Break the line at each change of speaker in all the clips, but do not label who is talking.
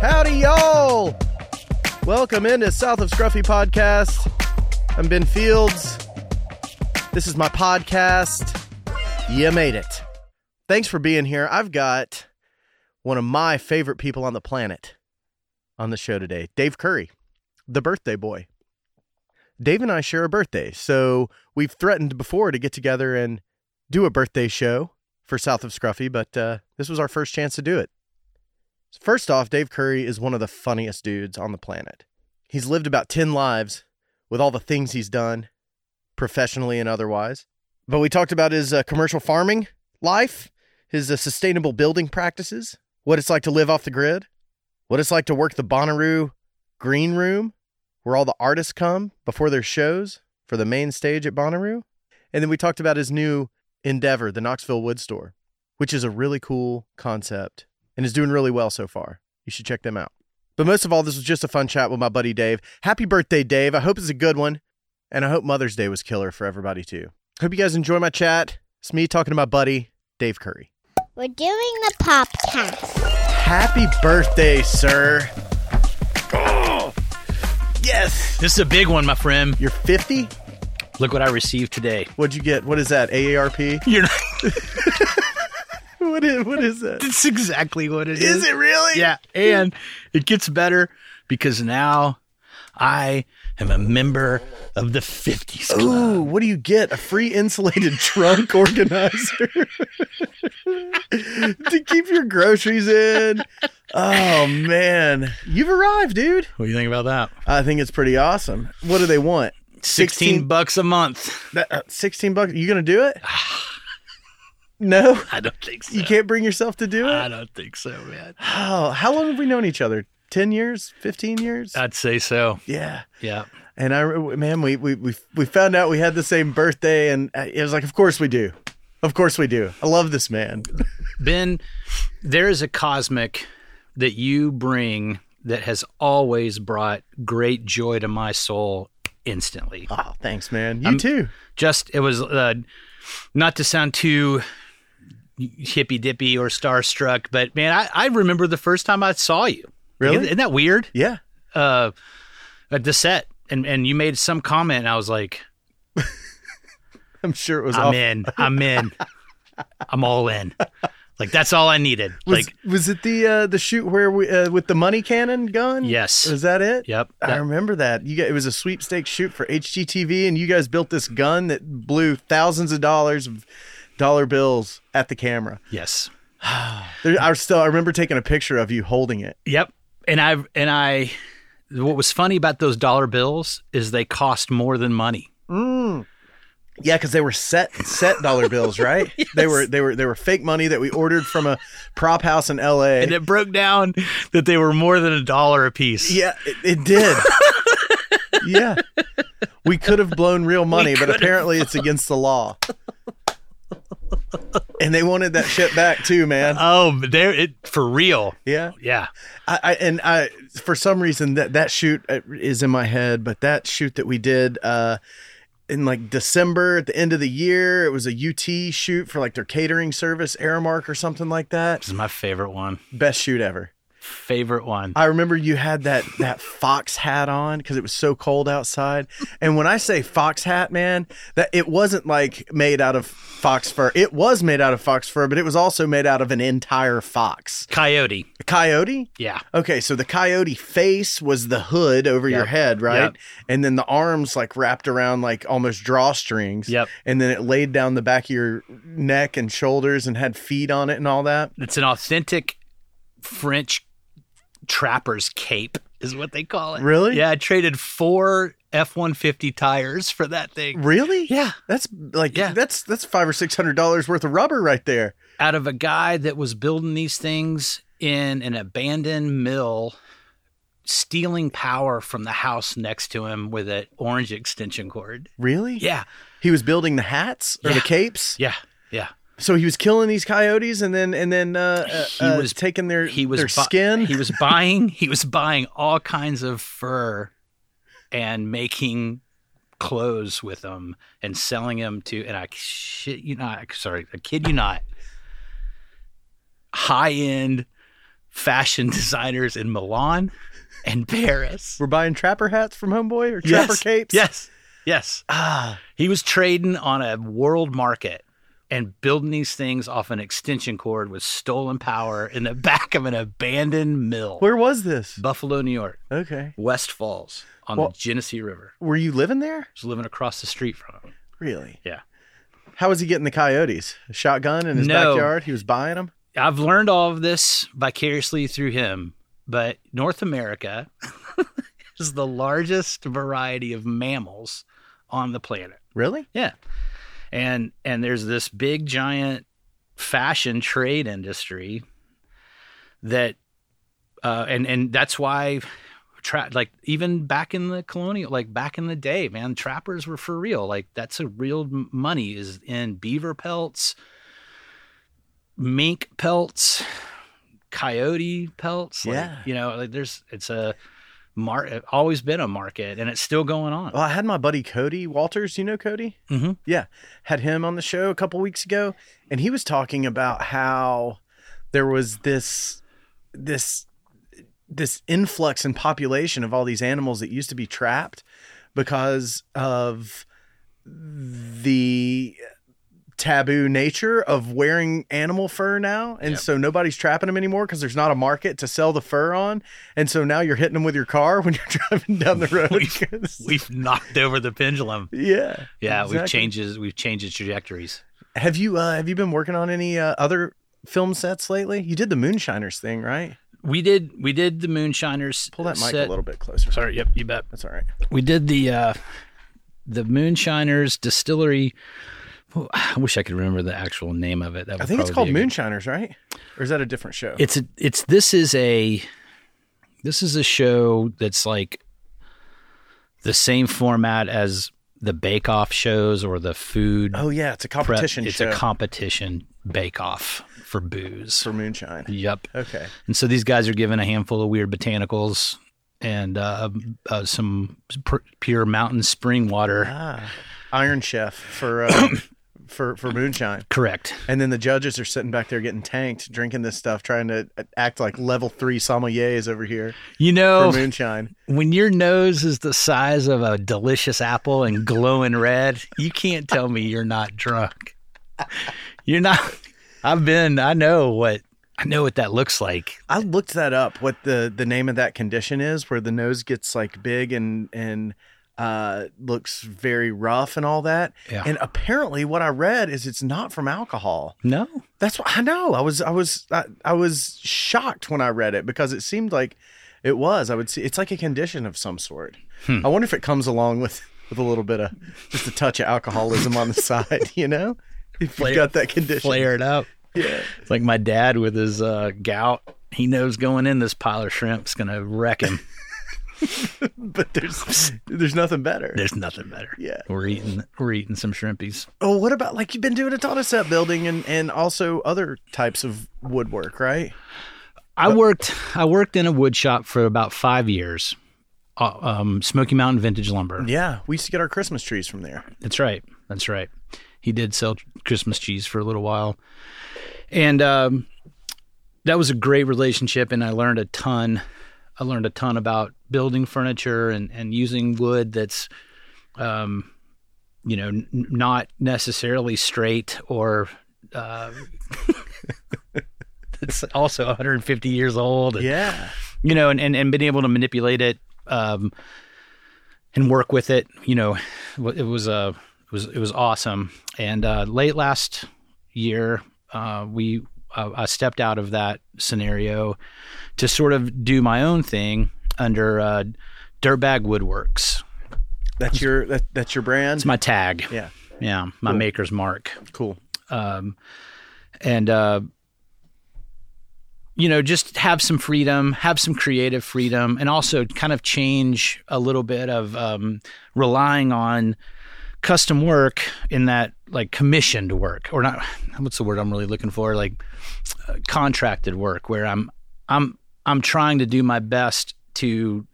Howdy, y'all! Welcome into South of Scruffy podcast. I'm Ben Fields. This is my podcast. You made it. Thanks for being here. I've got one of my favorite people on the planet on the show today, Dave Curry, the birthday boy. Dave and I share a birthday, so we've threatened before to get together and do a birthday show for South of Scruffy, but uh, this was our first chance to do it. First off, Dave Curry is one of the funniest dudes on the planet. He's lived about 10 lives with all the things he's done, professionally and otherwise. But we talked about his uh, commercial farming life, his uh, sustainable building practices, what it's like to live off the grid, what it's like to work the Bonnaroo Green Room, where all the artists come before their shows for the main stage at Bonnaroo. And then we talked about his new endeavor, the Knoxville Wood Store, which is a really cool concept and is doing really well so far. You should check them out. But most of all, this was just a fun chat with my buddy Dave. Happy birthday, Dave. I hope it's a good one. And I hope Mother's Day was killer for everybody, too. Hope you guys enjoy my chat. It's me talking to my buddy, Dave Curry.
We're doing the podcast.
Happy birthday, sir. Oh, yes.
This is a big one, my friend.
You're 50?
Look what I received today.
What'd you get? What is that? AARP?
You're not,
What is, what is that?
that's exactly what it
Is it really?
Yeah, and it gets better because now I am a member of the 50s Club.
Ooh, what do you get? A free insulated trunk organizer to keep your groceries in. Oh man, you've arrived, dude.
What do you think about that?
I think it's pretty awesome. What do they want?
16,
16
bucks a month.
That- uh, Sixteen bucks. You gonna do it? No,
I don't think so.
you can't bring yourself to do
I
it.
don't think so, man.
Oh, how long have we known each other? Ten years? Fifteen years?
I'd say so.
Yeah.
Yeah.
And I, man, we we we we found out we had the same birthday, and uh, it was like, of course we do, of course we do. I love this man.
Ben, there is a cosmic that you bring that has always brought great joy to my soul instantly.
Oh, thanks, man. You too.
just it was uh, not to sound too hippy dippy or starstruck, but man, I, I remember the first time I saw you.
Really?
Isn't that weird?
Yeah.
Uh, at the set, and and you made some comment, and I was like,
I'm sure it was
I'm
off.
in, I'm in, I'm all in. Like that's all I needed.
Was,
like
was it the uh, the shoot where we uh, with the money cannon gun?
Yes.
Was that it?
Yep.
I
That-
remember that. You got, it was a sweepstakes shoot for HGTV, and you guys built this gun that blew thousands of dollars of dollar bills at the camera.
yes,
There, I still I remember taking a picture of you holding it.
yep. And I and I, what was funny about those dollar bills is they cost more than money.
Yeah, because they were set set dollar bills, right? They were they were they were fake money that we ordered from a prop house in L.A.
And it broke down that they were more than a dollar a piece.
Yeah, it, it did. yeah. We could have blown real money, but apparently it's against the law. and they wanted that shit back too, man.
Oh, but there it for real.
yeah.
Yeah.
I, I and I for some reason that that shoot uh, is in my head, but that shoot that we did uh in like December at the end of the year, it was a UT shoot for like their catering service, Aramark or something like that.
This is my favorite one.
Best shoot ever.
Favorite one.
I remember you had that that fox hat on because it was so cold outside. And when I say fox hat, man, that it wasn't like made out of fox fur. It was made out of fox fur, but it was also made out of an entire fox.
Coyote.
A coyote?
Yeah.
Okay, so the coyote face was the hood over your
Yep.
head, right?
Yep.
And then the arms like wrapped around like almost drawstrings.
Yep.
And then it laid down the back of your neck and shoulders and had feet on it and all that.
It's an authentic French trapper's cape is what they call it.
Really?
Yeah, I traded four F one fifty tires for that thing.
Really?
Yeah.
That's like
Yeah.
that's that's five or six hundred dollars worth of rubber right there.
Out of a guy that was building these things in an abandoned mill, stealing power from the house next to him with an orange extension cord.
Really?
Yeah.
He was building the hats or
Yeah.
the capes.
Yeah. Yeah.
So he was killing these coyotes and then and then uh, uh,
He
uh,
was-
taking their
he was
their
bu-
skin.
He was buying. He was buying all kinds of fur, and making clothes with them and selling them to. And I shit you not. Sorry, I kid you not. High end fashion designers in Milan and Paris.
We're buying trapper hats from Homeboy or trapper
yes.
capes.
Yes. Yes.
Ah,
He was trading on a world market and building these things off an extension cord with stolen power in the back of an abandoned mill.
where was this?
Buffalo, New York,
Okay.
West Falls on
Well-
the Genesee River.
Were you living there?
I was living across the street from him.
Really?
Yeah.
How was he getting the coyotes? A shotgun in his
No.
backyard? He was buying them?
I've learned all of this vicariously through him, but North America is the largest variety of mammals on the planet.
Really?
Yeah. And and there's this big giant fashion trade industry that uh and and that's why tra- like even back in the colonial like back in the day man trappers were for real like that's a real m- money is in beaver pelts mink pelts coyote pelts like,
Yeah.
you know like there's it's a mar- always been a market and it's still going on
Well, I had my buddy Cody Walters. You know Cody?
Mhm.
Yeah. Had him on the show a couple weeks ago, and he was talking about how there was this this this influx in population of all these animals that used to be trapped because of the taboo nature of wearing animal fur now and
Yep.
so nobody's trapping them anymore because there's not a market to sell the fur on and so now you're hitting them with your car when you're driving down the road
We-
'cause-
we've knocked over the pendulum.
yeah.
Yeah,
Exactly.
we've changed we've changed trajectories.
Have you uh, have you been working on any uh, other film sets lately? You did the Moonshiners thing, right?
We did we did the moonshiners.
Pull that mic
set-
a little bit closer.
Sorry, yep, you bet.
That's all right.
We did the uh the moonshiners distillery. Oh, I wish I could remember the actual name of it. That
I
would
think it's
probably
called
be a good-
Moonshiners, right? Or is that a different show?
It's a, it's this is a this is a show that's like the same format as the Bake Off shows or the food
oh yeah, it's a
prep.
competition
It's
show
a competition Bake Off for booze.
for moonshine.
Yep.
Okay.
And so these guys are given a handful of weird botanicals and uh, uh, some pr- pure mountain spring water.
Ah, Iron Chef for uh, for for moonshine,
Correct.
and then the judges are sitting back there getting tanked, drinking this stuff, trying to act like level three sommeliers over here
You
for
know,
moonshine.
when your nose is the size of a delicious apple and glowing red, you can't tell me you're not drunk. You're not. I've been. I know what. I know what that looks like.
I looked that up. What the the name of that condition is, where the nose gets like big and and uh, looks very rough and all that.
Yeah.
And apparently, what I read is it's not from alcohol.
No.
That's what I know. I was I was I, I was shocked when I read it because it seemed like it was. I would see it's like a condition of some sort. I wonder if it comes along with with a little bit of just a touch of alcoholism on the side. You know, if
Flare-
you've got that condition.
Flare it up.
Yeah.
It's like my dad with his uh, gout. He knows going in this pile of shrimp's gonna wreck him.
But there's there's nothing better.
There's nothing better.
Yeah.
We're eating we're eating some shrimpies.
Oh, what about like you've been doing a ton of set building and and also other types of woodwork, right?
I worked I worked in a wood shop for about five years. Uh, um, Smoky Mountain Vintage Lumber.
Yeah, we used to get our Christmas trees from there.
That's right. That's right. He did sell Christmas cheese for a little while, and um, that was a great relationship. And I learned a ton. I learned a ton about building furniture and and using wood that's, um, you know, n- not necessarily straight or. Uh, it's also 150 years old. and-
Yeah,
you know, and, and, and been able to manipulate it um, and work with it. You know, wa- it was uh, it was it was awesome. And uh, late last year, uh, we uh, I stepped out of that scenario to sort of do my own thing under uh, Dirtbag Woodworks.
that's your that, that's your brand.
It's my tag.
yeah,
Yeah, my maker's mark.
cool.
um, and uh, you know just have some freedom have some creative freedom and also kind of change a little bit of um, relying on custom work in that like commissioned work or not what's the word i'm really looking for like uh, contracted work where i'm i'm i'm trying to do my best to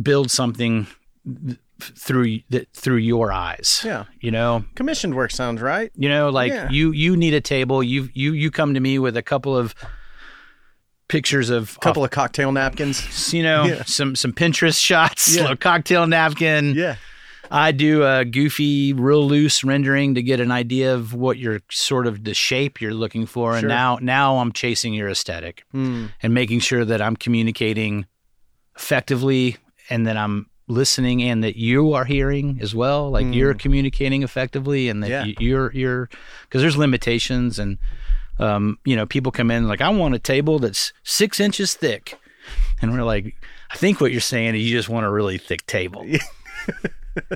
build something th- through that through your eyes
Yeah,
you know
commissioned work sounds right.
you know, like
Yeah.
you you need a table. You you you come to me with a couple of pictures of
couple of cocktail napkins.
of you know
Yeah.
some some Pinterest shots,
Yeah.
little cocktail napkin.
Yeah.
I do a goofy, real loose rendering to get an idea of what your sort of the shape you're looking for. And
Sure.
now, now I'm chasing your aesthetic
Hmm.
and making sure that I'm communicating effectively and that I'm listening and that you are hearing as well. Like you're communicating effectively and that
Yeah.
you, you're, you're, because there's limitations. And, um, you know, people come in like, I want a table that's six inches thick. And we're like, I think what you're saying is you just want a really thick table.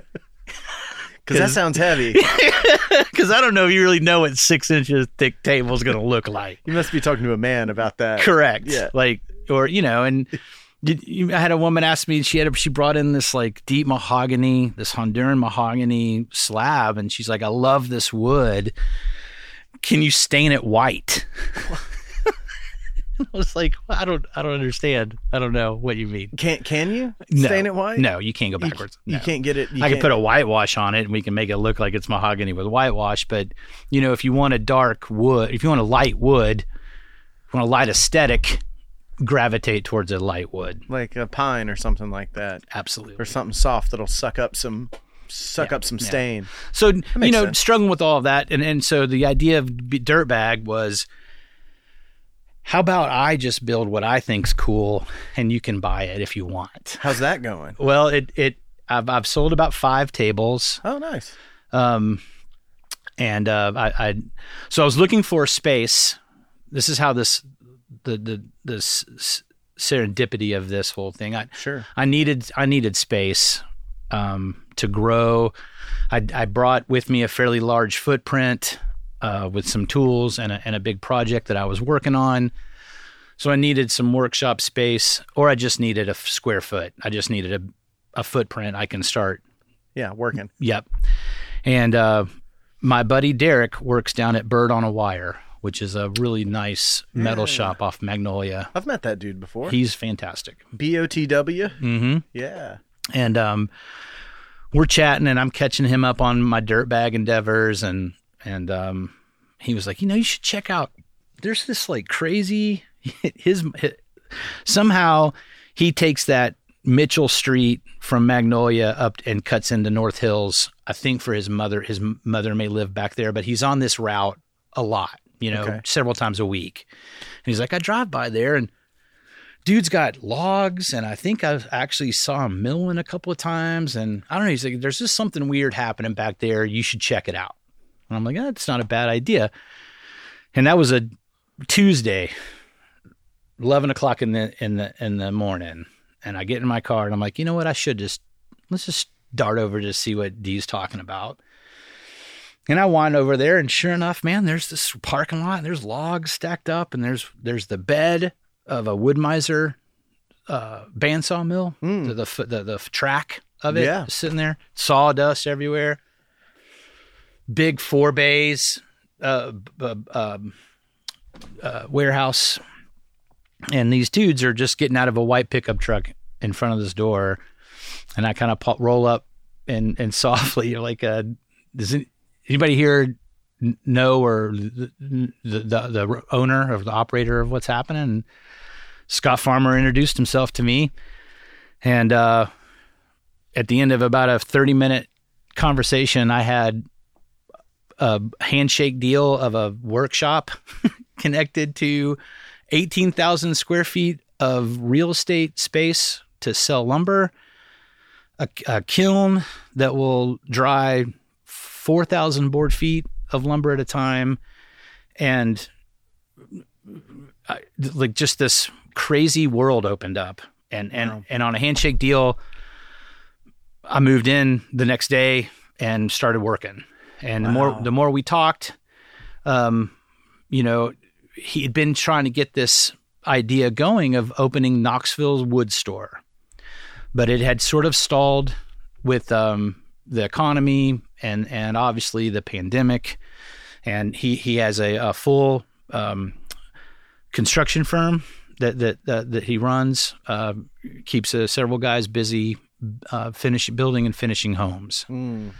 Because that sounds heavy.
Because I don't know if you really know what six inches thick table is going to look like.
you must be talking to a man about that.
Correct.
Yeah.
Like, or you know, and did, you, I had a woman ask me. She had a, she brought in this like deep mahogany, this Honduran mahogany slab, and she's like, "I love this wood. Can you stain it white?" I was like, I don't, I don't understand. I don't know what you mean.
Can can you
No.
stain it white?
No, you can't go
You,
backwards.
you
No.
can't get it. You
I could
can't,
put a whitewash on it and we can make it look like it's mahogany with whitewash. But, you know, if you want a dark wood, if you want a light wood, if you want a light aesthetic, gravitate towards a light wood.
like a pine or something like that, or
Absolutely.
something soft that'll suck up some suck up some stain.
So, you
makes
know,
sense.
struggling with all of that. And, and so the idea of b- dirtbag was how about I just build what I think's cool and you can buy it if you want?
How's that going?
Well, it, it, I've, I've sold about five tables.
Oh, nice.
Um, and uh, I, I, so I was looking for a space. This is how this, the the the s- s- serendipity of this whole thing. I
Sure.
I needed I needed space um, to grow. I, I brought with me a fairly large footprint uh, with some tools and a, and a big project that I was working on. So I needed some workshop space, or I just needed a f- square foot. I just needed a, a footprint I can start
Yeah, working.
Yep. And uh, my buddy Derek works down at Bird on a Wire, which is a really nice metal shop off Magnolia.
I've met that dude before.
He's fantastic.
B O T W.
Mm-hmm.
Yeah.
And um, we're chatting, and I'm catching him up on my dirtbag endeavors, and and um, he was like, you know, you should check out. There's this like crazy his, his somehow he takes that Mitchell Street from Magnolia up and cuts into North Hills. I think for his mother, his m- mother may live back there, but he's on this route a lot, you know,
Okay.
several times a week. And he's like, I drive by there and dude's got logs and I think I've actually saw him milling a couple of times. And I don't know. He's like, there's just something weird happening back there. You should check it out. And I'm like, "Eh, that's not a bad idea. And that was a Tuesday, eleven o'clock in the in the in the morning, and I get in my car and I'm like, you know what? I should just let's just dart over to see what Dee's talking about. And I wind over there, and sure enough, man, there's this parking lot. And there's logs stacked up, and there's there's the bed of a wood miser uh, bandsaw mill,
Hmm.
the, the f- the the track of it
Yeah.
sitting there, sawdust everywhere, big four bays, uh, b- b- um, uh, warehouse and these dudes are just getting out of a white pickup truck in front of this door, and I kind of po- roll up and and softly, like, uh, does any- anybody here n- know or the, the the owner or the operator of what's happening? And Scott Farmer introduced himself to me, and uh, at the end of about a thirty minute conversation, I had a handshake deal of a workshop connected to 18,000 square feet of real estate space to sell lumber, a, a kiln that will dry 4,000 board feet of lumber at a time, and I, like just this crazy world opened up. And and and on a handshake deal, I moved in the next day and started working. And the more the more we talked, um, you know, he had been trying to get this idea going of opening Knoxville's wood store, but it had sort of stalled with um, the economy and and obviously the pandemic. And he he has a, a full um, construction firm that that that, that he runs uh, keeps uh, several guys busy uh, finish building and finishing homes.
Mm.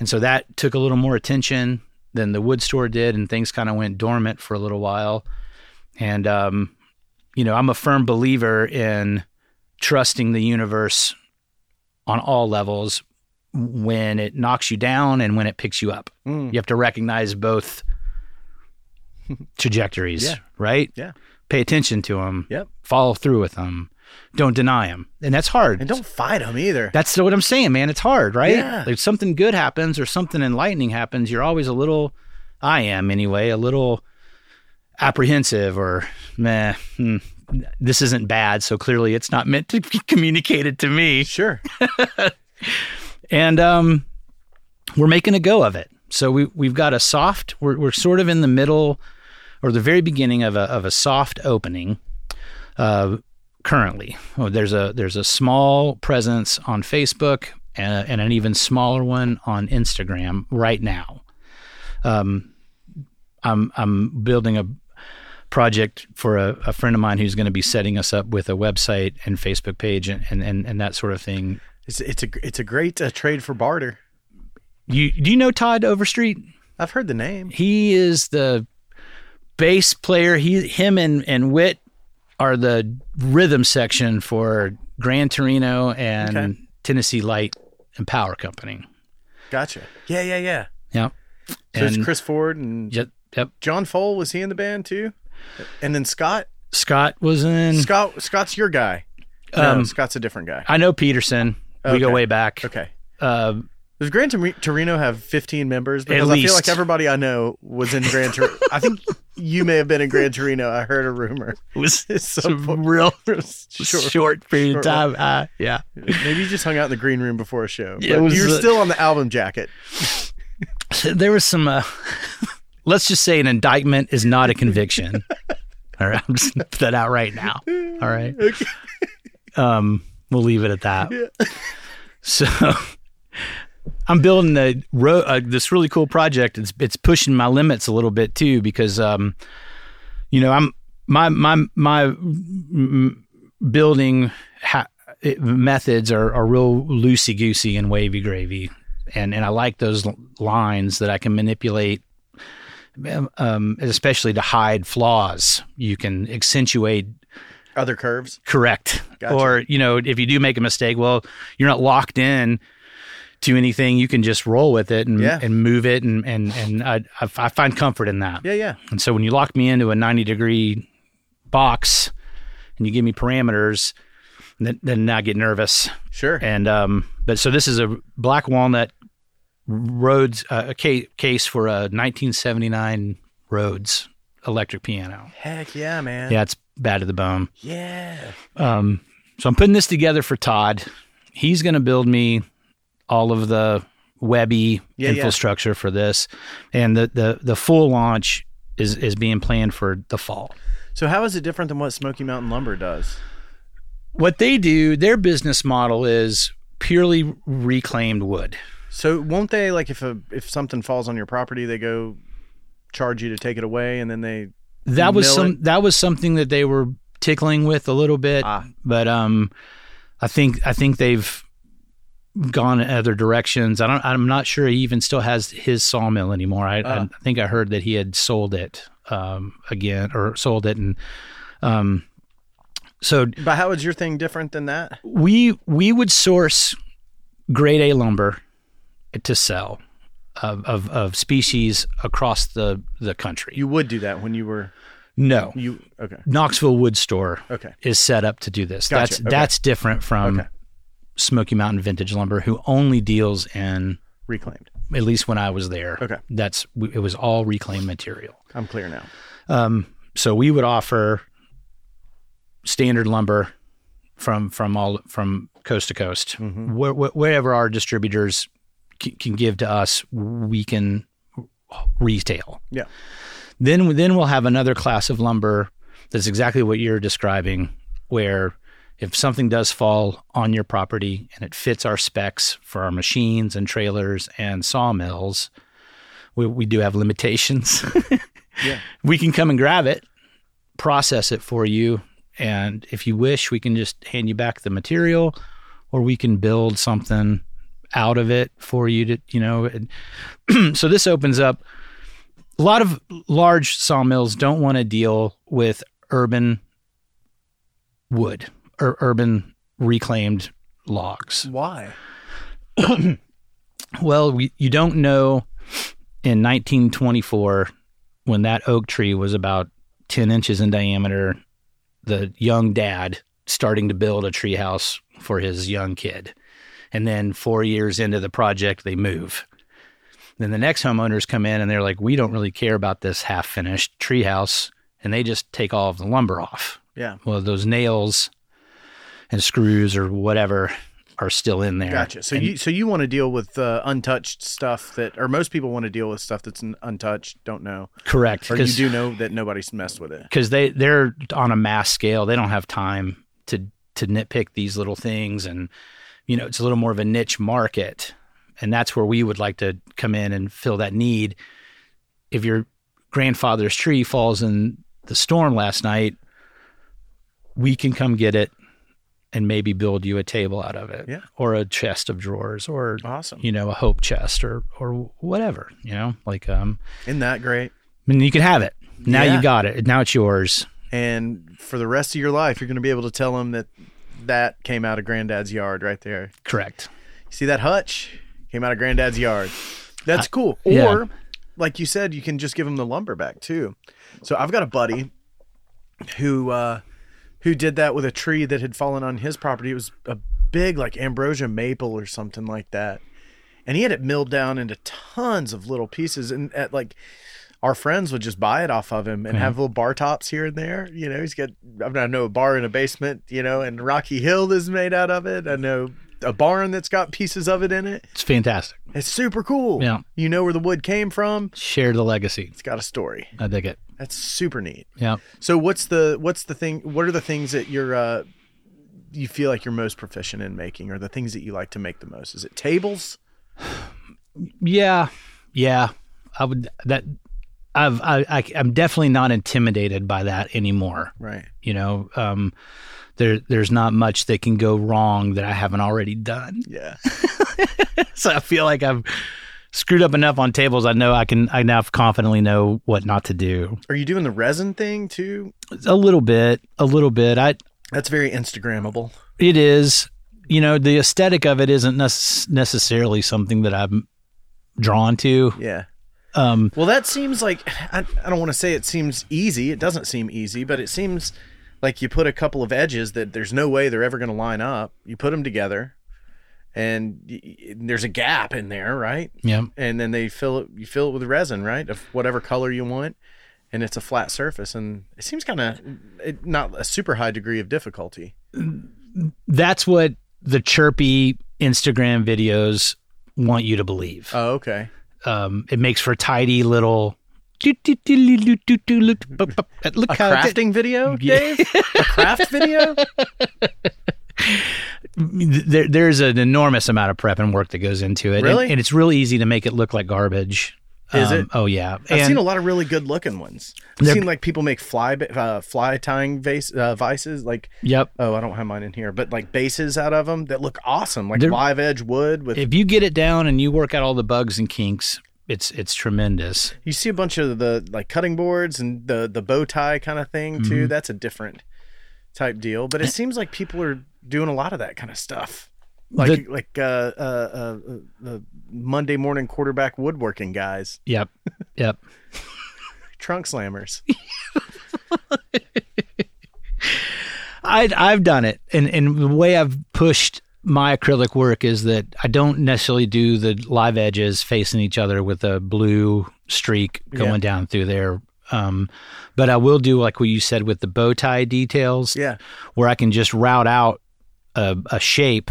And so that took a little more attention than the wood store did, and things kind of went dormant for a little while. And um, you know, I'm a firm believer in trusting the universe on all levels when it knocks you down and when it picks you up.
Mm.
You have to recognize both trajectories,
Yeah.
right?
Yeah.
Pay attention to them.
Yep.
Follow through with them. Don't deny them. And that's hard.
And don't fight them either.
That's what I'm saying, man. It's hard, right?
Yeah.
Like something good happens or something enlightening happens, you're always a little, I am anyway, a little apprehensive or meh, hmm, this isn't bad. So clearly it's not meant to be communicated to me.
sure.
And um, we're making a go of it. So we, we've got a soft, we're, we're sort of in the middle or the very beginning of a, of a soft opening. Uh, currently. Oh, there's a there's a small presence on Facebook and, and an even smaller one on Instagram right now. Um, I'm I'm building a project for a, a friend of mine who's going to be setting us up with a website and Facebook page and and, and, and that sort of thing.
It's, it's a it's a great uh, trade for barter.
You do you know Todd Overstreet?
I've heard the name.
He is the bass player. He him and and Wit are the rhythm section for Gran Torino and
Okay.
Tennessee Light and Power Company.
Gotcha. Yeah, yeah, yeah.
Yeah.
So it's Chris Ford and
Yep, yep.
John Fole was he in the band too? And then Scott.
Scott was in. um,
Scott Scott's your guy. No, Scott's a different guy.
I know Peterson. We go
Okay.
way back.
Okay.
Uh,
Does Gran Tor- Torino have 15 members? Because I feel
least.
like everybody I know was in Gran Torino. I think you may have been in Gran Torino. I heard a rumor.
it was
It's so
a real
sure.
short period
Short
of time. Uh, yeah.
Maybe you just hung out in the green room before a show.
Yeah, it
But
was
you're
the-
still on the album jacket.
There was some. Uh, let's just say an indictment is not a conviction. All right, I'm just gonna put that out right now. All right.
Okay.
Um, we'll leave it at that. So. I'm building a ro- uh, this really cool project. It's it's pushing my limits a little bit too because um, you know I'm my my my m- building ha- it- methods are, are real loosey goosey and wavy gravy, and and I like those l- lines that I can manipulate, um, especially to hide flaws. You can accentuate
Other curves.
correct
Gotcha.
or you know if you do make a mistake well you're not locked in to anything you can just roll with it and,
Yeah.
and move it and and, and I, I f- I find comfort in that
Yeah, yeah.
and so when you lock me into a 90 degree box and you give me parameters then, then i get nervous
Sure.
and um but so this is a black walnut Rhodes uh, a ca- case for a 1979 Rhodes electric piano
Heck yeah, man.
yeah it's bad to the bone
Yeah.
um, so I'm putting this together for Todd. He's going to build me all of the webby
Yeah, yeah.
infrastructure for this, and the the the full launch is is being planned for the fall.
So how is it different than what Smoky Mountain Lumber does?
What they do, their business model is purely reclaimed wood.
So won't they like if a if something falls on your property, they go charge you to take it away, and then they
That was
Mill
some that was something that they were tickling with a little bit,
Ah.
but um, I think I think they've gone in other directions. I don't. I'm not sure he even still has his sawmill anymore. I,
Ah.
I think I heard that he had sold it um again or sold it and um. So
But how is your thing different than that?
we we would source grade A lumber to sell of of, of species across the the country.
You would do that when you were
no,
you okay
Knoxville Wood Store
okay
is set up to do this.
Gotcha.
That's
Okay.
that's different from
Okay.
Smoky Mountain Vintage Lumber, who only deals in
reclaimed.
at least when I was there.
Okay.
that's it was all reclaimed material.
I'm clear now.
Um, so we would offer standard lumber from from all from coast to coast,
Mhm.
Where- where- wherever our distributors can, can give to us, we can retail.
Yeah.
Then then we'll have another class of lumber that's exactly what you're describing, where if something does fall on your property and it fits our specs for our machines and trailers and sawmills, we, we do have limitations.
Yeah.
We can come and grab it, process it for you, and if you wish, we can just hand you back the material or we can build something out of it for you to, you know. and- so this opens up a lot of large sawmills don't want to deal with urban wood or urban reclaimed logs.
Why?
Well, we, you don't know in 1924 when that oak tree was about 10 inches in diameter, the young dad starting to build a tree house for his young kid. And then four years into the project, they move. Then the next homeowners come in and they're like, we don't really care about this half finished tree house. And they just take all of the lumber off.
Yeah.
Well, those nails and screws or whatever are still in there.
Gotcha. So
And-
you so you want to deal with uh, untouched stuff that, or most people want to deal with stuff that's n- untouched, don't know,
correct.
or you
'cause-
do know that nobody's messed with it.
because they they're on a mass scale. They don't have time to to nitpick these little things, and you know it's a little more of a niche market, and that's where we would like to come in and fill that need. If your grandfather's tree falls in the storm last night, we can come get it and maybe build you a table out of it,
Yeah.
or a chest of drawers, or
Awesome.
you know a hope chest, or or whatever. You know, like um,
Isn't that great?
I mean, you can have it. Now
Yeah.
you got it. Now it's yours.
And for the rest of your life, you're going to be able to tell them that that came out of Granddad's yard right there.
Correct.
See that hutch came out of Granddad's yard. That's cool. Or,
yeah.
like you said, you can just give them the lumber back too. So I've got a buddy who uh, who did that with a tree that had fallen on his property. It was a big like ambrosia maple or something like that, and he had it milled down into tons of little pieces. And at like our friends would just buy it off of him and have little bar tops here and there. You know, he's got I, mean, I know a bar in a basement. You know, and Rocky Hill is made out of it. I know a barn that's got pieces of it in it.
It's fantastic.
It's super cool.
Yeah.
You know where the wood came from.
Share the legacy.
It's got a story.
I dig it.
That's super neat.
Yeah.
So what's the what's the thing what are the things that you're uh you feel like you're most proficient in making or the things that you like to make the most? Is it tables?
Yeah. Yeah. I would that I've I, I I'm definitely not intimidated by that anymore.
Right.
You know, um there there's not much that can go wrong that I haven't already done.
Yeah.
So I feel like I've screwed up enough on tables I know I can I now confidently know what not to do.
Are you doing the resin thing too?
A little bit, a little bit. I
That's very Instagrammable.
It is. You know, the aesthetic of it isn't nec- necessarily something that I'm drawn to.
Yeah.
Um,
Well, that seems like I, I don't want to say it seems easy. It doesn't seem easy, but it seems like you put a couple of edges that there's no way they're ever going to line up. You put them together, and y- y- there's a gap in there, right?
yeah,
And then they fill it. You fill it with resin, right, of whatever color you want, and it's a flat surface. And it seems kind of not a super high degree of difficulty.
that's what the chirpy Instagram videos want you to believe.
Oh, okay.
Um, it makes for tidy little. Look
A
how it-
crafting video,
Yeah.
Dave. a craft video.
there, there's an enormous amount of prep and work that goes into it,
Really?
and, and it's really easy to make it look like garbage.
Is it?
Oh yeah,
I've
And-
seen a lot of really good looking ones. I've
They're-
seen like people make fly ba- uh, fly tying vase, uh, vices, like
yep.
oh I don't have mine in here, but like bases out of them that look awesome, like
They're-
live edge wood with.
If you get it down and you work out all the bugs and kinks, it's it's tremendous.
you see a bunch of the like cutting boards and the the bow tie kind of thing too.
Mm-hmm.
That's a different type deal, but it seems like people are doing a lot of that kind of stuff. Like like uh, uh, uh, uh, the Monday morning quarterback woodworking guys,
Yep. Yep.
trunk slammers.
I I've done it. And and the way I've pushed my acrylic work is that I don't necessarily do the live edges facing each other with a blue streak going
Yeah.
down through there. Um, but I will do like what you said with the bow tie details
Yeah,
where I can just route out a, a shape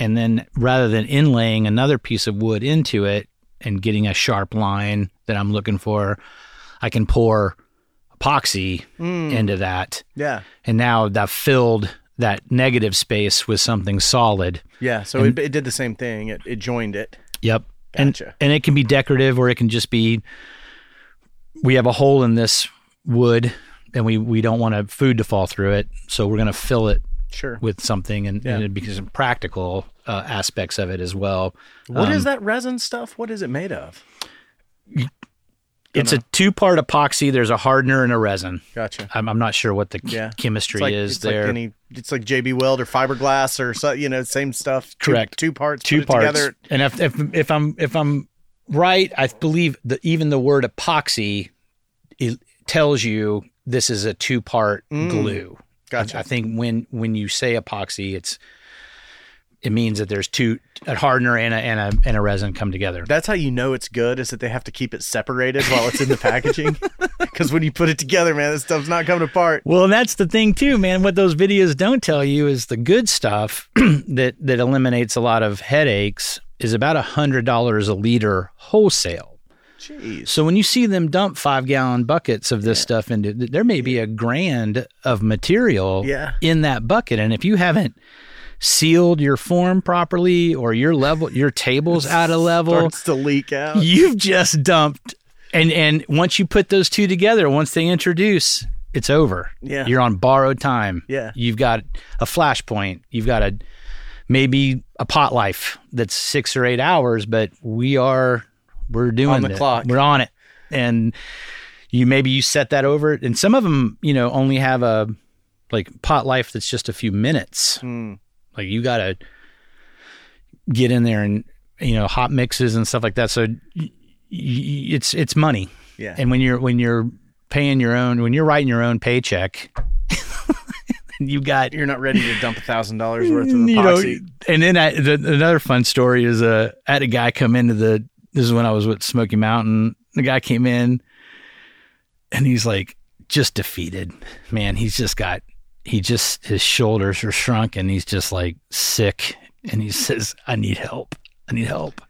and then rather than inlaying another piece of wood into it and getting a sharp line that I'm looking for, I can pour epoxy
Hmm.
into that.
yeah,
And now I've filled that negative space with something solid.
yeah. So it, it did the same thing. It it joined it.
Yep.
Gotcha.
And and it can be decorative or it can just be we have a hole in this wood and we, we don't want a food to fall through it, so we're gonna fill it
Sure.
with something and,
Yeah.
and it becomes some practical uh, aspects of it as well.
What is
Um,
that resin stuff? What is it made of?
it's a two part epoxy. There's a hardener and a resin.
Gotcha.
I'm, I'm not sure what the ch-
Yeah.
chemistry
It's like,
is
it's
there.
Like any, it's like JB Weld or fiberglass or so, you know, same stuff. Two-
Correct.
Two, parts.
two
put it
parts.
Together.
And if, if if I'm if I'm right, I believe that even the word epoxy is, tells you this is a two part
Mm.
glue.
Gotcha.
I think when when you say epoxy, it's it means that there's two a hardener and a and a and a resin come together.
That's how you know it's good is that they have to keep it separated while it's in the packaging. Because when you put it together, man, this stuff's not coming apart.
Well, and that's the thing too, man. What those videos don't tell you is the good stuff that that eliminates a lot of headaches is about a hundred dollars a liter wholesale.
Jeez.
So when you see them dump five gallon buckets of this stuff into, there may be a grand of material
Yeah.
in that bucket, and if you haven't sealed your form properly or your level, your table's out of level,
Starts to leak out.
you've just dumped. And and once you put those two together, once they introduce, it's over.
Yeah.
you're on borrowed time.
Yeah.
you've got a flashpoint. You've got a maybe a pot life that's six or eight hours, but we are we're doing
On the
it.
clock.
We're on it, and you maybe you set that over. it. And some of them, you know, only have a like pot life that's just a few minutes.
Mm.
Like you got to get in there and you know hot mixes and stuff like that. So y- y- it's it's money,
Yeah.
and when you're when you're paying your own when you're writing your own paycheck, you got
You're not ready to dump a thousand dollars worth of
you know,
epoxy.
and then I, the, another fun story is uh, I had a guy come into the. This is when I was with Smoky Mountain. The guy came in, and he's like just defeated. Man, he's just got he just his shoulders are shrunk, and he's just like sick. And he says, "I need help. I need help."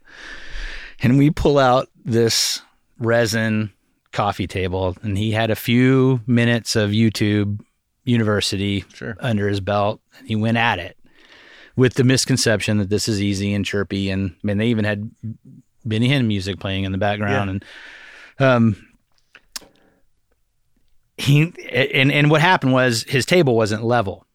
And we pull out this resin coffee table, and he had a few minutes of YouTube University
Sure.
under his belt. And he went at it with the misconception that this is easy and chirpy. And I mean, they even had Benny Hinn music playing in the background.
Yeah.
And um, he and and what happened was his table wasn't level,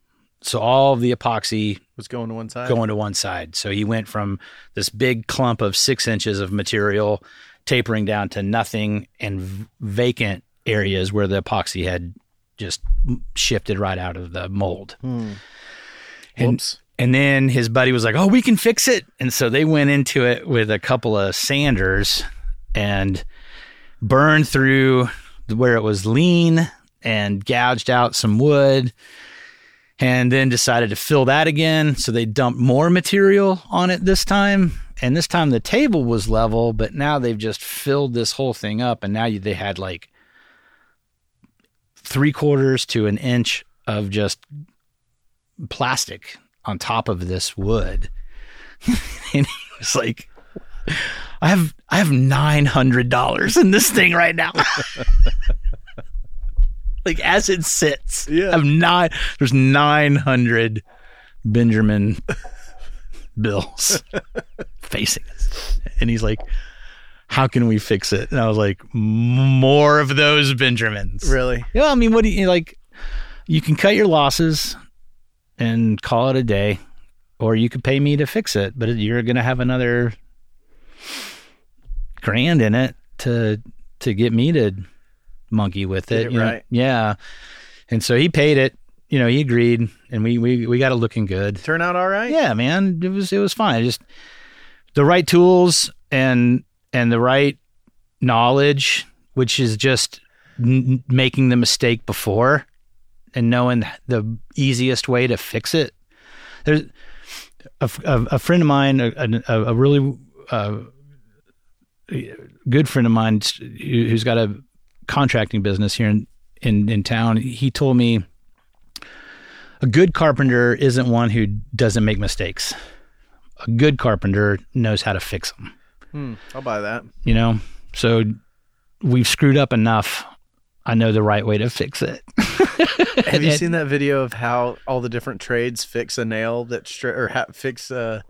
so all of the epoxy
Was going to one side.
going to one side. So he went from this big clump of six inches of material tapering down to nothing and v- vacant areas where the epoxy had just shifted right out of the mold.
Hmm.
And-
Whoops.
And then his buddy was like, "Oh, we can fix it." And so they went into it with a couple of sanders and burned through where it was lean and gouged out some wood and then decided to fill that again. So they dumped more material on it this time. And this time the table was level, but now they've just filled this whole thing up. And now you, they had like three quarters to an inch of just plastic on top of this wood. and he was like, I have I have nine hundred dollars in this thing right now. like as it sits.
Yeah.
I've nine there's nine hundred Benjamin bills facing us. And he's like, How can we fix it? And I was like, more of those Benjamins.
Really?
Yeah, I mean, what do you like? You can cut your losses and call it a day, or you could pay me to fix it, but you're going to have another grand in it to to get me to monkey with
Get
it.
it
you know?
right.
Yeah, and so he paid it. You know, he agreed, and we we we got it looking good.
Turn out all right?
Yeah, man, it was it was fine. Just the right tools and and the right knowledge, which is just n- making the mistake before and knowing the easiest way to fix it. There's a, f- a- a friend of mine, a, a, a really uh, good friend of mine, who- who's got a contracting business here in, in in town. He told me a good carpenter isn't one who doesn't make mistakes. A good carpenter knows how to fix them
Hmm. I'll buy that.
you know so we've screwed up enough i know the right way to fix it
Have you
And-
seen that video of how all the different trades fix a nail that stri- or ha- fix a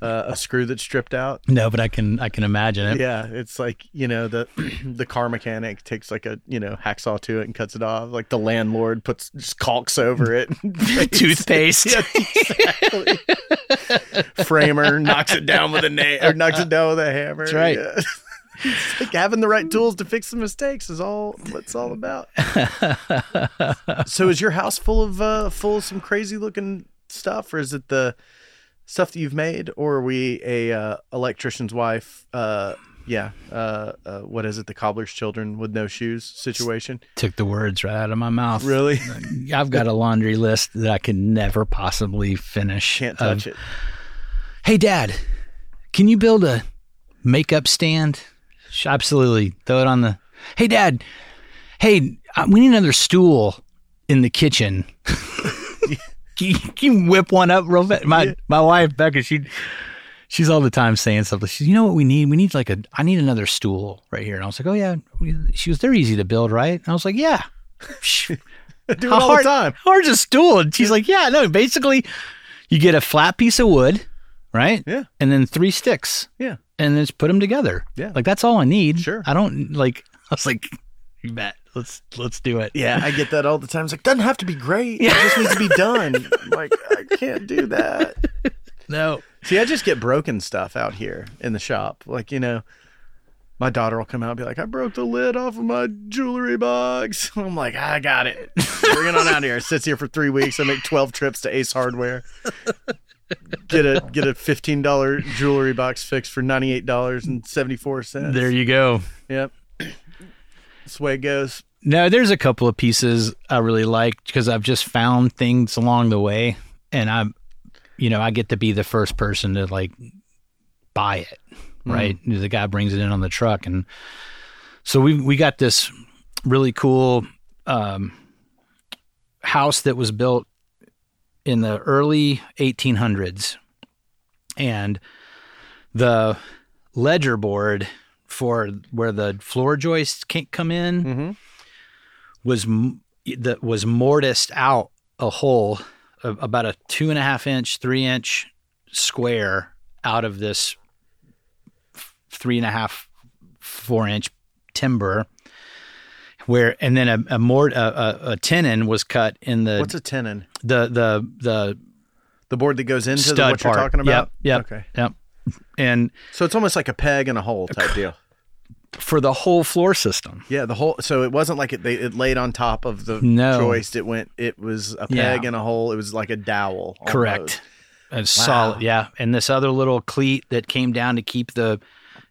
uh, a screw that's stripped out?
no but i can i can imagine it
Yeah, it's like you know the the car mechanic takes like a you know hacksaw to it and cuts it off. Like the landlord puts just caulks over it.
toothpaste
Yeah, exactly. Framer knocks it down with a nail or knocks it down with a hammer.
That's right.
Yeah. It's like having the right tools to fix the mistakes is all what's all about. so is your house full of uh, full of some crazy looking stuff, or is it the stuff that you've made, or are we a uh, electrician's wife? Uh, yeah, uh, uh, what is it? The cobbler's children with no shoes situation.
Took the words right out of my mouth.
Really
I've got a laundry list that I could never possibly finish.
can't
of-
touch it.
Hey, Dad, can you build a makeup stand? Sh- Absolutely. Throw it on the. Hey, Dad. Hey, uh, we need another stool in the kitchen. can, you, can you whip one up real fast? My my wife Becca, she she's all the time saying stuff. She's, you know what we need? We need like a. I need another stool right here. And I was like, oh yeah. We, she was, they're easy to build, right? And I was like, yeah.
I do it
How
all
hard,
the time.
How hard's a stool? And she's like, yeah, no. Basically, you get a flat piece of wood, right?
Yeah.
And then three sticks,
Yeah.
and then just put them together.
Yeah.
Like that's all I need.
Sure.
I don't like. I was like, you bet. Let's let's do it.
Yeah, I get that all the time. It's like doesn't have to be great. It just needs to be done. I'm like I can't do that.
No.
See, I just get broken stuff out here in the shop. Like, you know, my daughter will come out and be like, I broke the lid off of my jewelry box. I'm like, I got it. Bring it on out here. It sits here for three weeks. I make 12 trips to Ace Hardware. Get a get a fifteen dollar jewelry box fixed for ninety eight dollars and seventy four cents.
There you go.
Yep. That's the way it goes.
No, there's a couple of pieces I really like because I've just found things along the way, and I'm, you know, I get to be the first person to like buy it, right? The guy brings it in on the truck, and so we we got this really cool um, house that was built in the early 1800s, and the ledger board for where the floor joists can't come in
Mhm.
was m- that was mortised out a hole of about a two and a half inch, three inch square out of this f- three and a half, four inch timber. Where and then a a, mort, a, a, a tenon was cut in the
What's a tenon?
the the the
The board that goes into the,
stud
what
part.
you're talking about?
Yep. Yep.
Okay.
Yep. And
So it's almost like a peg in a hole type deal.
for the whole floor system.
Yeah, the whole so it wasn't like it they, it laid on top of the
No.
joist. It went it was a
Yeah.
peg in a hole. It was like a dowel. almost.
Correct. A solid, yeah. And this other little cleat that came down to keep the,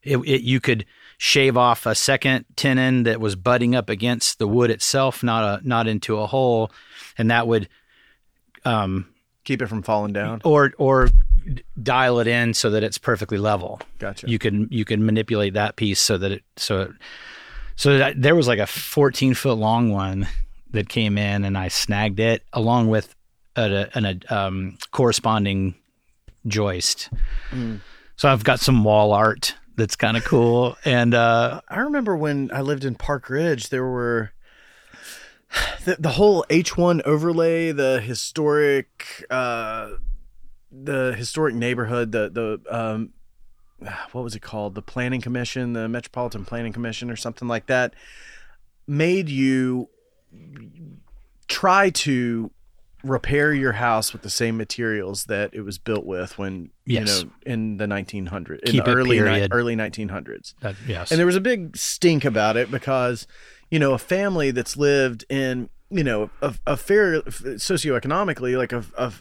it, it, you could shave off a second tenon that was butting up against the wood itself, not a not into a hole, and that would, um,
Keep it from falling down.
or or dial it in so that it's perfectly level.
Gotcha.
You can you can manipulate that piece so that it so it, so that there was like a 14 foot long one that came in and I snagged it along with a, an a um, corresponding joist. So I've got some wall art that's kind of cool and uh,
I remember when I lived in Park Ridge, there were the, the whole H1 overlay, the historic, uh, the historic neighborhood, the the um, what was it called? The Planning Commission, the Metropolitan Planning Commission, or something like that, made you try to repair your house with the same materials that it was built with when
Yes.
you know in the 1900s, in
Keep
the
it
early ni-
period.
early 1900s.
that, yes.
And there was a big stink about it because, you know, a family that's lived in, you know, a, a fair socioeconomically, like a, a,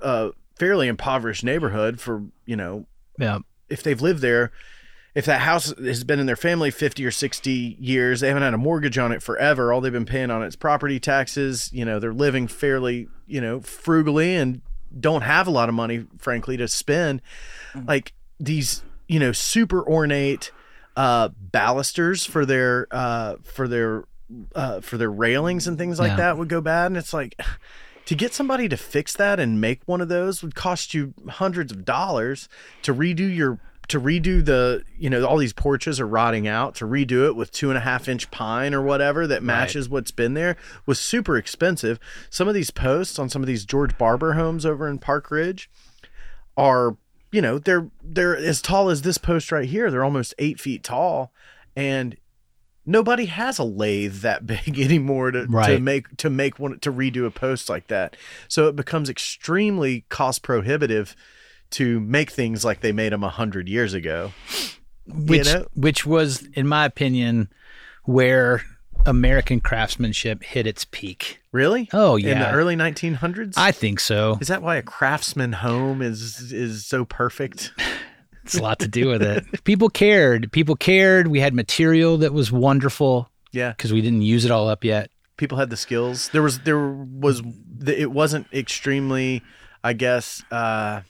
a fairly impoverished neighborhood for, you know,
yeah.
if they've lived there, if that house has been in their family 50 or 60 years, they haven't had a mortgage on it forever. All they've been paying on it is property taxes. You know, they're living fairly, you know, frugally and don't have a lot of money, frankly, to spend. Like these, you know, super ornate uh, balusters for their, uh, for their, uh, for their railings and things like
Yeah.
that would go bad. And it's like, to get somebody to fix that and make one of those would cost you hundreds of dollars to redo your to redo the you know all these porches are rotting out to redo it with two and a half inch pine or whatever that matches what's been there was super expensive some of these posts on some of these george barber homes over in park ridge are you know they're they're as tall as this post right here they're almost eight feet tall and nobody has a lathe that big anymore to, to
Right.
make to make one to redo a post like that so it becomes extremely cost prohibitive to make things like they made them a hundred years ago
which
know?
which was, in my opinion, where American craftsmanship hit its peak.
Really?
Oh,
In the
yeah.
early 1900s.
I think so.
is that why a craftsman home is is so perfect?
It's a lot to do with it. People cared. People cared. We had material that was wonderful
Yeah.
because we didn't use it all up yet.
people had the skills. There was there was it wasn't extremely, I guess. uh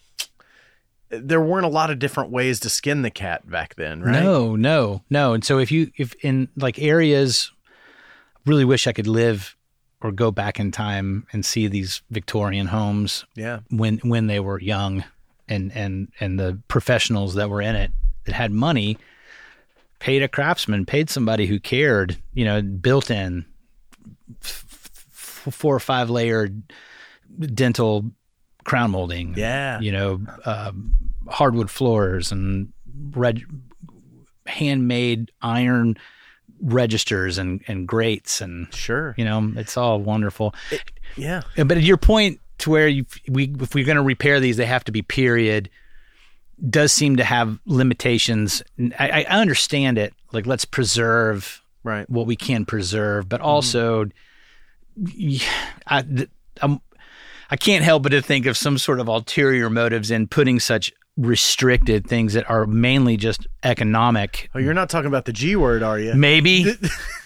there weren't a lot of different ways to skin the cat back then, right?
No, no, no. And so if you if in like areas really wish I could live or go back in time and see these Victorian homes
Yeah.
when when they were young and and and the professionals that were in it that had money paid a craftsman, paid somebody who cared, you know, built in f- f- four or five layered dental crown molding
Yeah.
you know, um, hardwood floors and reg- handmade iron registers and, and grates and
Sure.
you know it's all wonderful.
Yeah.
Yeah, But at your point to where you we if we're going to repair these, they have to be period. Does seem to have limitations. And I, I understand it. Like let's preserve
Right.
what we can preserve, but also, y- I, th- I'm, I can't help but to think of some sort of ulterior motives in putting such restricted things that are mainly just economic.
Oh, you're not talking about the G word, are you?
Maybe,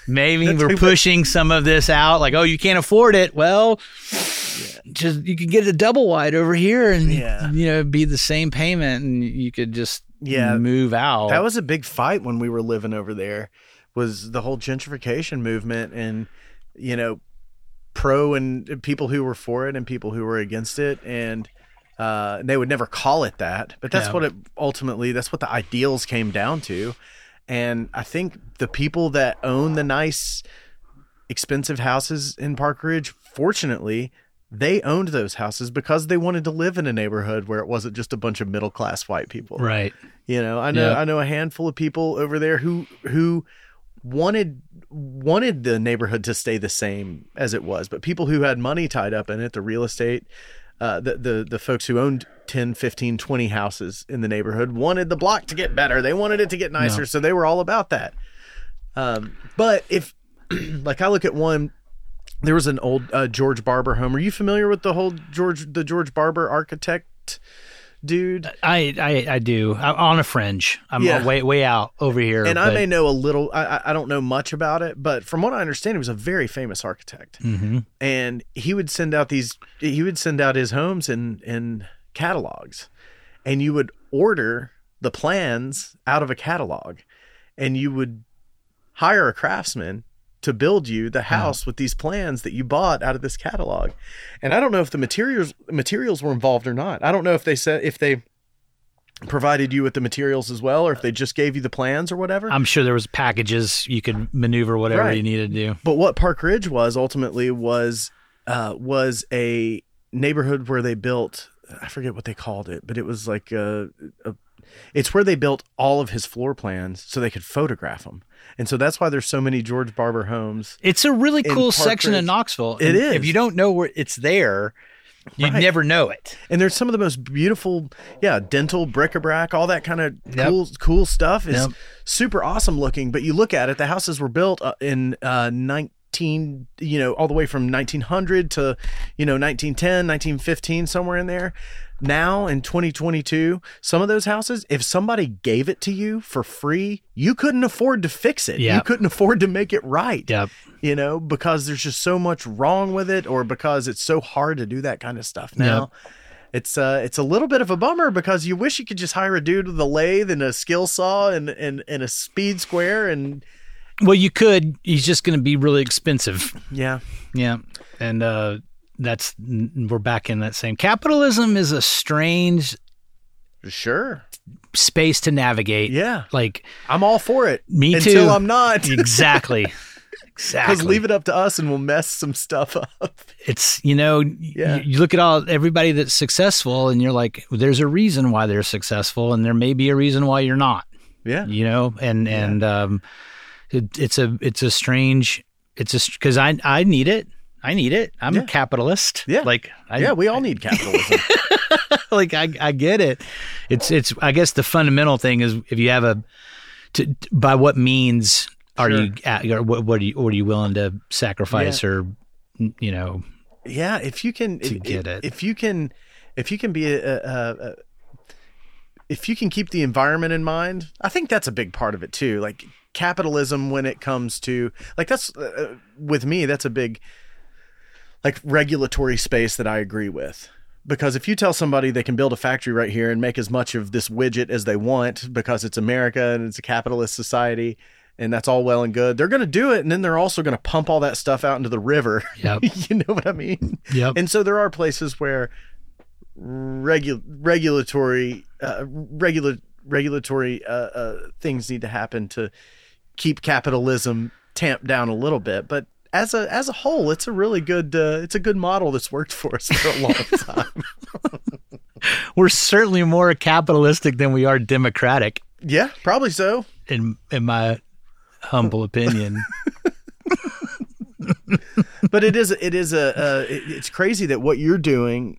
maybe we're pushing some of this out. Like, oh, you can't afford it. Well, just you could get a double wide over here, and
Yeah.
you know, it'd be the same payment, and you could just
Yeah.
move out.
That was a big fight when we were living over there. Was the whole gentrification movement and you know pro and people who were for it and people who were against it and uh, and they would never call it that, but that's
Yeah.
what it ultimately that's what the ideals came down to. And I think the people that own the nice expensive houses in Park Ridge, fortunately, they owned those houses because they wanted to live in a neighborhood where it wasn't just a bunch of middle class white people.
right.
You know, I know
Yeah.
I know a handful of people over there who who wanted wanted the neighborhood to stay the same as it was, but people who had money tied up in it, the real estate uh, the, the the folks who owned 10, 15, 20 houses in the neighborhood wanted the block to get better. They wanted it to get nicer, so they were all about that. Um, but if like I look at one there was an old uh, George Barber home. Are you familiar with the whole George the George Barber architect dude?
I, I I do. I'm on a fringe. I'm
Yeah.
way way out over here.
And I
but-
may know a little. I, I- I don't know much about it, but from what I understand, he was a very famous architect,
Mhm.
and he would send out these. He would send out his homes in in catalogs, and you would order the plans out of a catalog, and you would hire a craftsman to build you the house with these plans that you bought out of this catalog. And I don't know if the materials materials were involved or not. I don't know if they said if they provided you with the materials as well or if they just gave you the plans or whatever.
I'm sure there was packages you could maneuver whatever
Right.
you needed to do.
But what Park Ridge was ultimately was uh, was a neighborhood where they built I forget what they called it, but it was like a, a it's where they built all of his floor plans so they could photograph them. And so that's why there's so many George Barber homes.
It's a really
In
cool
Park
section
Ridge.
in Knoxville.
It
It is.
is.
If you don't know where it's there, you'd
Right.
never know it.
And there's some of the most beautiful, yeah, dental bric-a-brac, all that kind of
Yep.
cool, cool stuff is
Yep.
super awesome looking. But you look at it, the houses were built uh, in uh, 19, you know, all the way from 1900 to, you know, 1910, 1915, somewhere in there. Now in 2022, some of those houses, if somebody gave it to you for free, you couldn't afford to fix it. You
Yep.
couldn't afford to make it right
Yep.
you know, because there's just so much wrong with it, or because it's so hard to do that kind of stuff now. It's uh, it's a little bit of a bummer because you wish you could just hire a dude with a lathe and a skill saw and and, and a speed square and
Well, you could. He's just going to be really expensive.
yeah,
Yeah. And uh, that's n- we're back in that same. Capitalism is a strange
sure,
space to navigate.
yeah,
Like
I'm all for it
me
until
too.
I'm not.
exactly.
Because
exactly.
leave it up to us and we'll mess some stuff up.
it's you know y-
Yeah.
you look at all everybody that's successful and you're like there's a reason why they're successful and there may be a reason why you're not
Yeah,
you know and
Yeah.
and um it, it's a it's a strange it's a because i i need it i need it i'm
Yeah.
a capitalist
Yeah.
like I,
yeah, we all need capitalism.
like I, I get it it's it's i guess the fundamental thing is if you have a to by what means are
Sure.
you at, or what, what are you what are you willing to sacrifice or you know
yeah if you can
To
if,
get it.
if you can if you can be a, a, a if you can keep the environment in mind i think that's a big part of it too like capitalism when it comes to like that's uh, with me that's a big like regulatory space that i agree with because if you tell somebody they can build a factory right here and make as much of this widget as they want because it's america and it's a capitalist society and that's all well and good they're going to do it and then they're also going to pump all that stuff out into the river
Yep.
you know what i mean
yep
and so there are places where regu- regulatory uh, regula- regulatory uh, uh, things need to happen to keep capitalism tamped down a little bit, but as a as a whole, it's a really good uh, it's a good model that's worked for us for a long time.
we're certainly more capitalistic than we are democratic
yeah, probably so.
in in my humble opinion
But it is it is a uh, it, it's crazy that what you're doing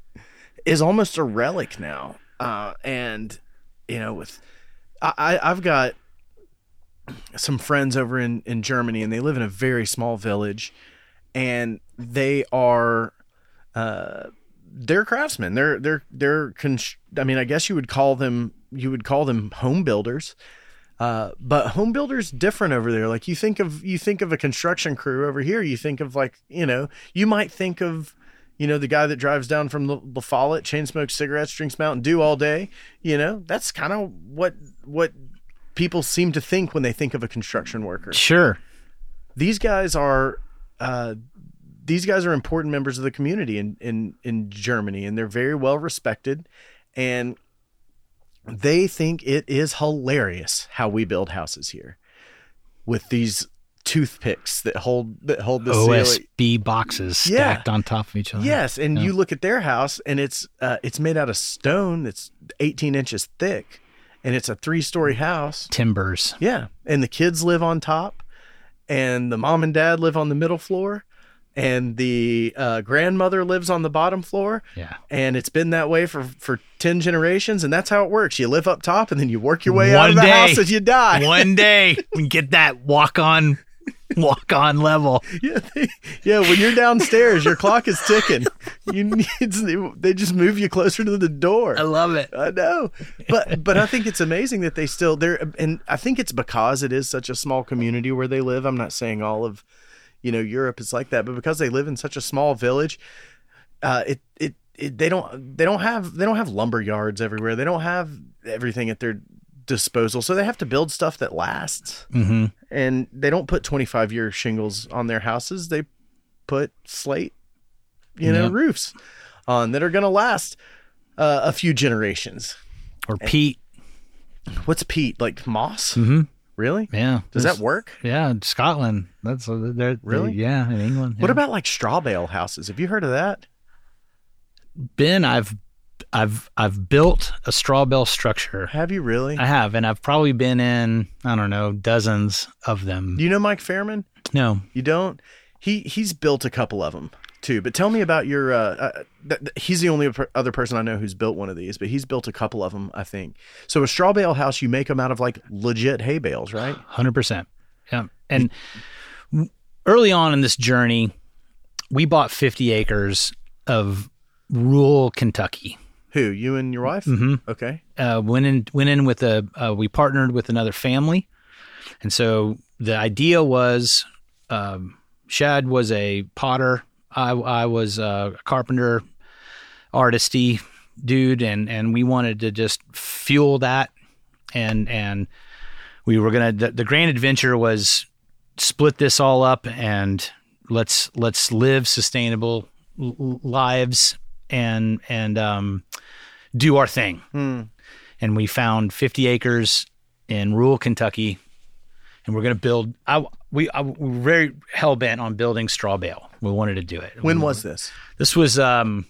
is almost a relic now, uh, and you know with I, I I've got some friends over in in Germany, and they live in a very small village, and they are. Uh, they're craftsmen. They're they're they're. Const- I mean, I guess you would call them you would call them home builders, uh, but home builders different over there. Like you think of you think of a construction crew over here. You think of like you know you might think of you know the guy that drives down from La, La Follette, chain smokes cigarettes, drinks Mountain Dew all day. You know that's kind of what what people seem to think when they think of a construction worker
sure
these guys are uh, these guys are important members of the community in, in in Germany, and they're very well respected, and they think it is hilarious how we build houses here with these toothpicks that hold that hold the ceiling.
OSB boxes
Yeah.
stacked on top of each other
Yes, and
Yeah.
you look at their house, and it's uh, it's made out of stone that's 18 inches thick, and it's a three story house.
timbers
Yeah. And the kids live on top, and the mom and dad live on the middle floor, and the uh, grandmother lives on the bottom floor.
yeah
And it's been that way for, for 10 generations. And that's how it works. You live up top and then you work your way out
One
of the
day.
house as you die.
one day we get that walk on walk on level
Yeah, they- yeah, when you're downstairs, your clock is ticking. You need, they just move you closer to the door.
i love it
I know, but but I think it's amazing that they still they're and I think it's because it is such a small community where they live. I'm not saying all of, you know, Europe is like that, but because they live in such a small village, uh, it it, it they don't they don't have they don't have lumber yards everywhere. They don't have everything at their disposal, so they have to build stuff that lasts.
mm-hmm.
And they don't put 25 year shingles on their houses. They put slate, you know,
Yeah.
roofs on that are going to last. Uh, a few generations.
or pete
What's peat like moss?
mm-hmm.
Really?
yeah
Does
There's-
that work?
Yeah, in Scotland. That's uh, they're,
Really?
they- yeah, in England.
What
yeah.
about like straw bale houses? Have you heard of that?
Ben? I've I've I've built a straw bale structure.
Have you really?
I have, and I've probably been in I don't know dozens of them.
Do you know Mike Fairman?
no,
You don't? He he's built a couple of them too. But tell me about your. Uh, uh, th- th- he's the only per- other person I know who's built one of these, but he's built a couple of them, I think. So a straw bale house, you make them out of like legit hay bales, right?
hundred percent. Yeah, and w- early on in this journey, we bought fifty acres of rural Kentucky.
Who you and your wife?
Mhm.
Okay.
uh, went in went in with a uh, we partnered with another family, and so the idea was um, Shad was a potter, I I was a carpenter, artisty dude, and and we wanted to just fuel that, and and we were gonna the, the grand adventure was split this all up and let's let's live sustainable l- l- lives and and um, do our thing
Hmm.
and we found 50 acres in rural Kentucky, and we're going to build. I we I, we were very hell bent on building straw bale. We wanted to do it.
When was this?
this? Was um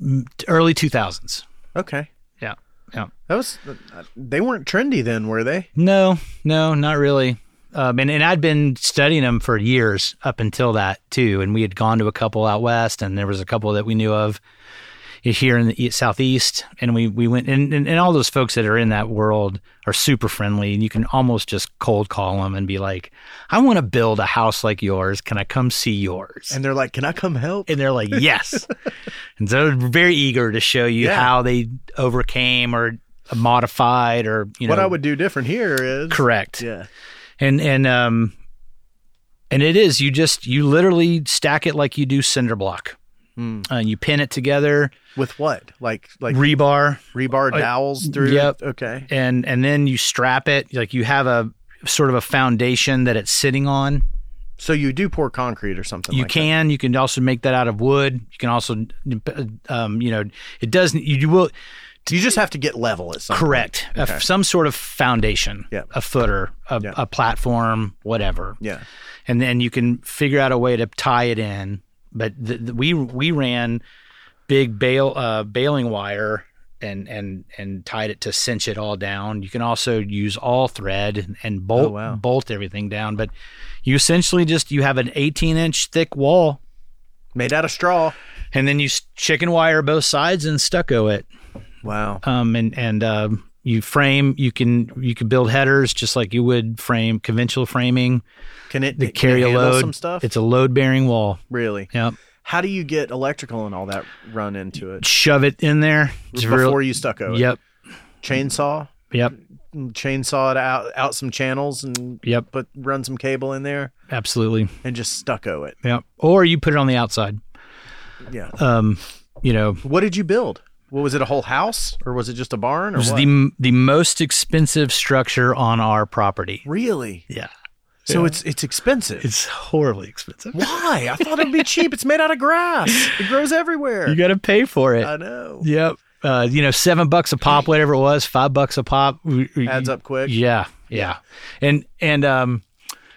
m- early 2000s.
Okay.
Yeah, yeah.
That was. uh, They weren't trendy then, were they?
No, no, not really. Um, and, and I'd been studying them for years up until that too. And we had gone to a couple out west, and there was a couple that we knew of here in the e- southeast, and we we went and, and and all those folks that are in that world are super friendly, and you can almost just cold call them and be like, "I want to build a house like yours. Can I come see yours?"
And they're like, "Can I come help?"
and they're like, "Yes," and so they're very eager to show you
Yeah.
how they overcame or modified or you know
what I would do different here is
correct
Yeah.
and and um and it is you just you literally stack it like you do cinder block
Mm.
and you pin it together
With what? Like like
rebar
rebar
I-
dowels through.
Yep.
Okay.
and and then you strap it like you have a sort of a foundation that it's sitting on
So you do pour concrete or something.
you
like that.
can you can also make that out of wood you can also um, you know it doesn't you will
You just have to get level at some. point.
correct a-
Okay.
some sort of foundation
Yeah.
a footer a,
Yeah.
a platform whatever
Yeah.
and then you can figure out a way to tie it in. But th th we we ran big bail uh, baling wire and and and tied it to cinch it all down. You can also use all thread and, and bolt
Oh, wow.
bolt everything down. But you essentially just you have an 18 inch thick wall,
Made out of straw.
and then you s- chicken wire both sides and stucco it.
Wow.
Um and and um, you frame you can you can build headers just like you would frame conventional framing.
Can it,
The
can it
carry a
handle
load.
some stuff?
It's a load bearing wall.
really.
Yep.
How do you get electrical and all that run into it
shove it in there. It's
before
real-
you stucco it?
yep,
Chainsaw,
yep,
chainsaw it out out some channels and
yep,
put run some cable in there
absolutely,
and just stucco it.
yep. Or you put it on the outside.
Yeah.
Um, you know, it
What did you build? What was it? A whole house or was it just a barn or
was
what?
the the most expensive structure on our property.
really?
Yeah,
So it's it's expensive.
it's horribly expensive.
Why? I thought it'd be cheap. It's made out of grass. It grows everywhere.
You got to pay for it.
I know.
yep. Uh, you know, seven bucks a pop, whatever it was, five bucks a pop. We- we-
Adds up quick.
Yeah, yeah, and and um,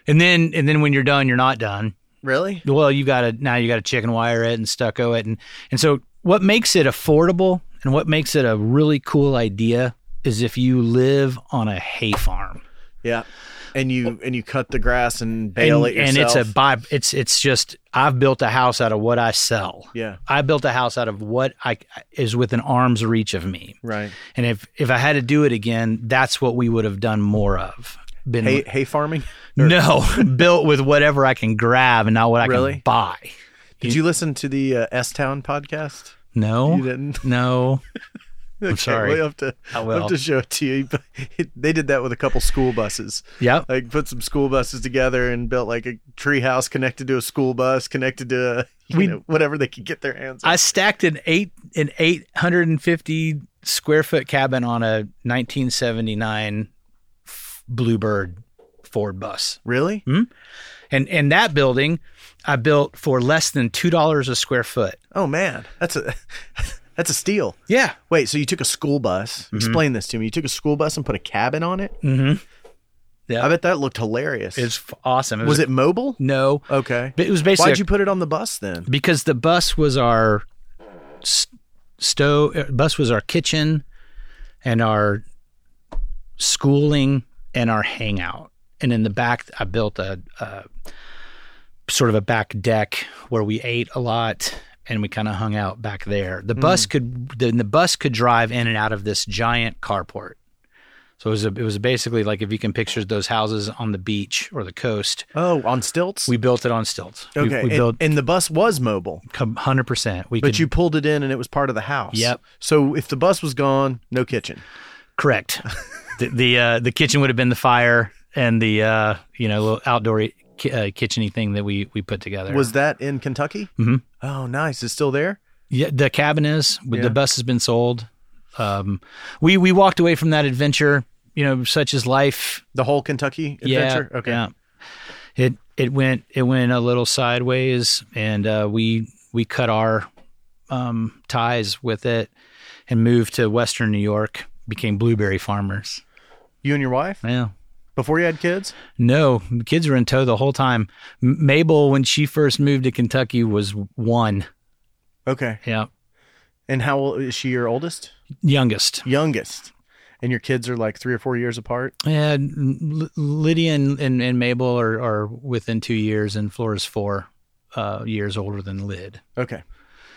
and then and then when you're done, you're not done.
Really?
well you got to now you got to chicken wire it and stucco it and and so what makes it affordable and what makes it a really cool idea is if you live on a hay farm
Yeah. And you and you cut the grass and bale
and,
it yourself.
and it's a buy it's it's just I've built a house out of what I sell
yeah.
I built a house out of what I is within arm's reach of me
Right.
and if if I had to do it again that's what we would have done more of been
Hay hay farming.
no built with whatever I can grab and not what I
Really?
can buy
Did you listen to the uh, S Town podcast?
no
You didn't.
no
Okay,
sorry.
We have to.
I
we'll have
will.
to show it to you. But it- they did that with a couple school buses.
yep
Like put some school buses together and built like a tree house connected to a school bus, connected to a, you
We-
know, whatever they could get their hands on.
I stacked an eight an eight hundred and fifty square foot cabin on a nineteen seventy nine Bluebird Ford bus,
really?
and and that building I built for less than two dollars a square foot.
Oh man, that's a that's a steal.
Yeah,
Wait, so you took a school bus? Explain this to me. You took a school bus and put a cabin on it?
mm-hmm. Yeah.
I bet that looked hilarious.
it's f- awesome.
was it mobile?
no?
Okay.
But it was basically
Why'd you put it on the bus then?
because the bus was our s- stove. uh, Bus was our kitchen, and our schooling and our hangout. And in the back, I built a, a sort of a back deck where we ate a lot and we kind of hung out back there. The
Hmm.
bus could then the bus could drive in and out of this giant carport. So it was a, it was basically like if you can picture those houses on the beach or the coast.
Oh, on stilts?
We built it on stilts. We-
okay. and,
we, built
and the bus was mobile,
hundred percent. We
but
could,
you pulled it in and it was part of the house.
Yep.
So if the bus was gone, no kitchen.
correct. the the, uh, the kitchen would have been the fire and the uh, you know little outdoor ki- uh, kitcheny thing that we we put together.
Was that in Kentucky?
Mhm.
Oh, nice. It's still there?
yeah, the cabin is with
Yeah.
the bus has been sold. Um, we we walked away from that adventure. You know, such is life.
The whole Kentucky adventure?
Yeah.
okay.
Yeah. It it went it went a little sideways, and uh, we we cut our um, ties with it and moved to Western New York. Became blueberry farmers.
You and your wife
Yeah.
before you had kids?
No, the kids were in tow the whole time. M- Mabel, when she first moved to Kentucky, was one.
Okay.
Yeah,
And how old is she your oldest?
youngest.
Youngest. And your kids are like three or four years apart?
And L- Lydia and, and, and Mabel are, are within two years, and Flora's four uh, years older than Lid.
Okay.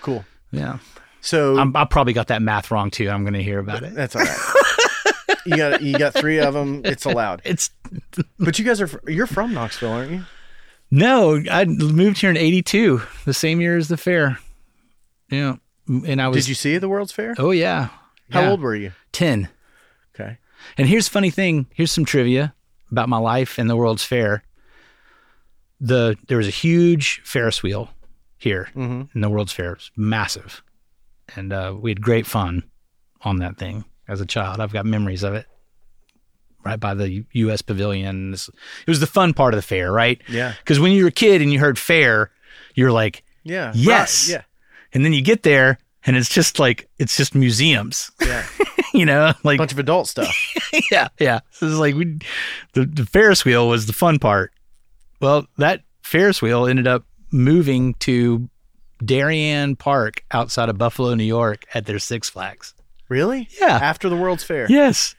Cool.
Yeah,
So
I'm, I probably got that math wrong too. I'm going to hear about it.
that's all right. you got you got three of them. It's allowed.
It's
But you guys are fr- you're from Knoxville, aren't you?
no, I moved here in '82, the same year as the fair. Yeah, and I was.
Did you see the World's Fair?
Oh yeah.
How
Yeah.
old were you?
Ten.
Okay.
And here's a funny thing. Here's some trivia about my life and the World's Fair. The there was a huge Ferris wheel here
Mm-hmm.
in the World's Fair. It was massive, and uh, we had great fun on that thing as a child. I've got memories of it. Right by the U- U.S. Pavilion. This- It was the fun part of the fair, right?
Yeah.
Because when you were a kid and you heard fair, you're like,
Yeah.
Yes.
Right.
and then you get there and it's just like it's just museums,
Yeah. Yeah.
you know, like
Bunch of adult stuff.
yeah, yeah. So it's like we, the, the Ferris wheel was the fun part. Well, that Ferris wheel ended up moving to Darien Park outside of Buffalo, New York, at their Six Flags.
Really?
Yeah.
After the World's Fair.
Yes,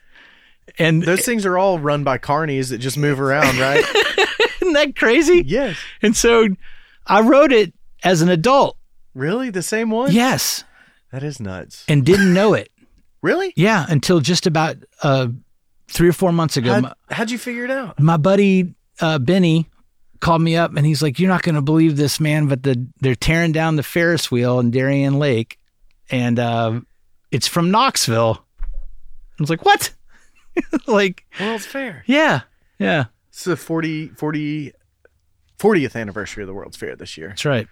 and
Those things are all run by carnies that just move around, right?
isn't that crazy?
yes.
And so, I wrote it as an adult.
Really? The same one?
Yes,
That is nuts.
and didn't know it.
Really?
Yeah, until just about uh, three or four months ago.
How'd, how'd you figure it out?
my buddy uh, Benny called me up and he's like, "You're not going to believe this, man, but the they're tearing down the Ferris wheel in Darien Lake, and uh, it's from Knoxville." I was like, "What?" like,
World's Fair.
yeah, yeah,
It's the 40, 40, 40th anniversary of the World's Fair this year.
that's right.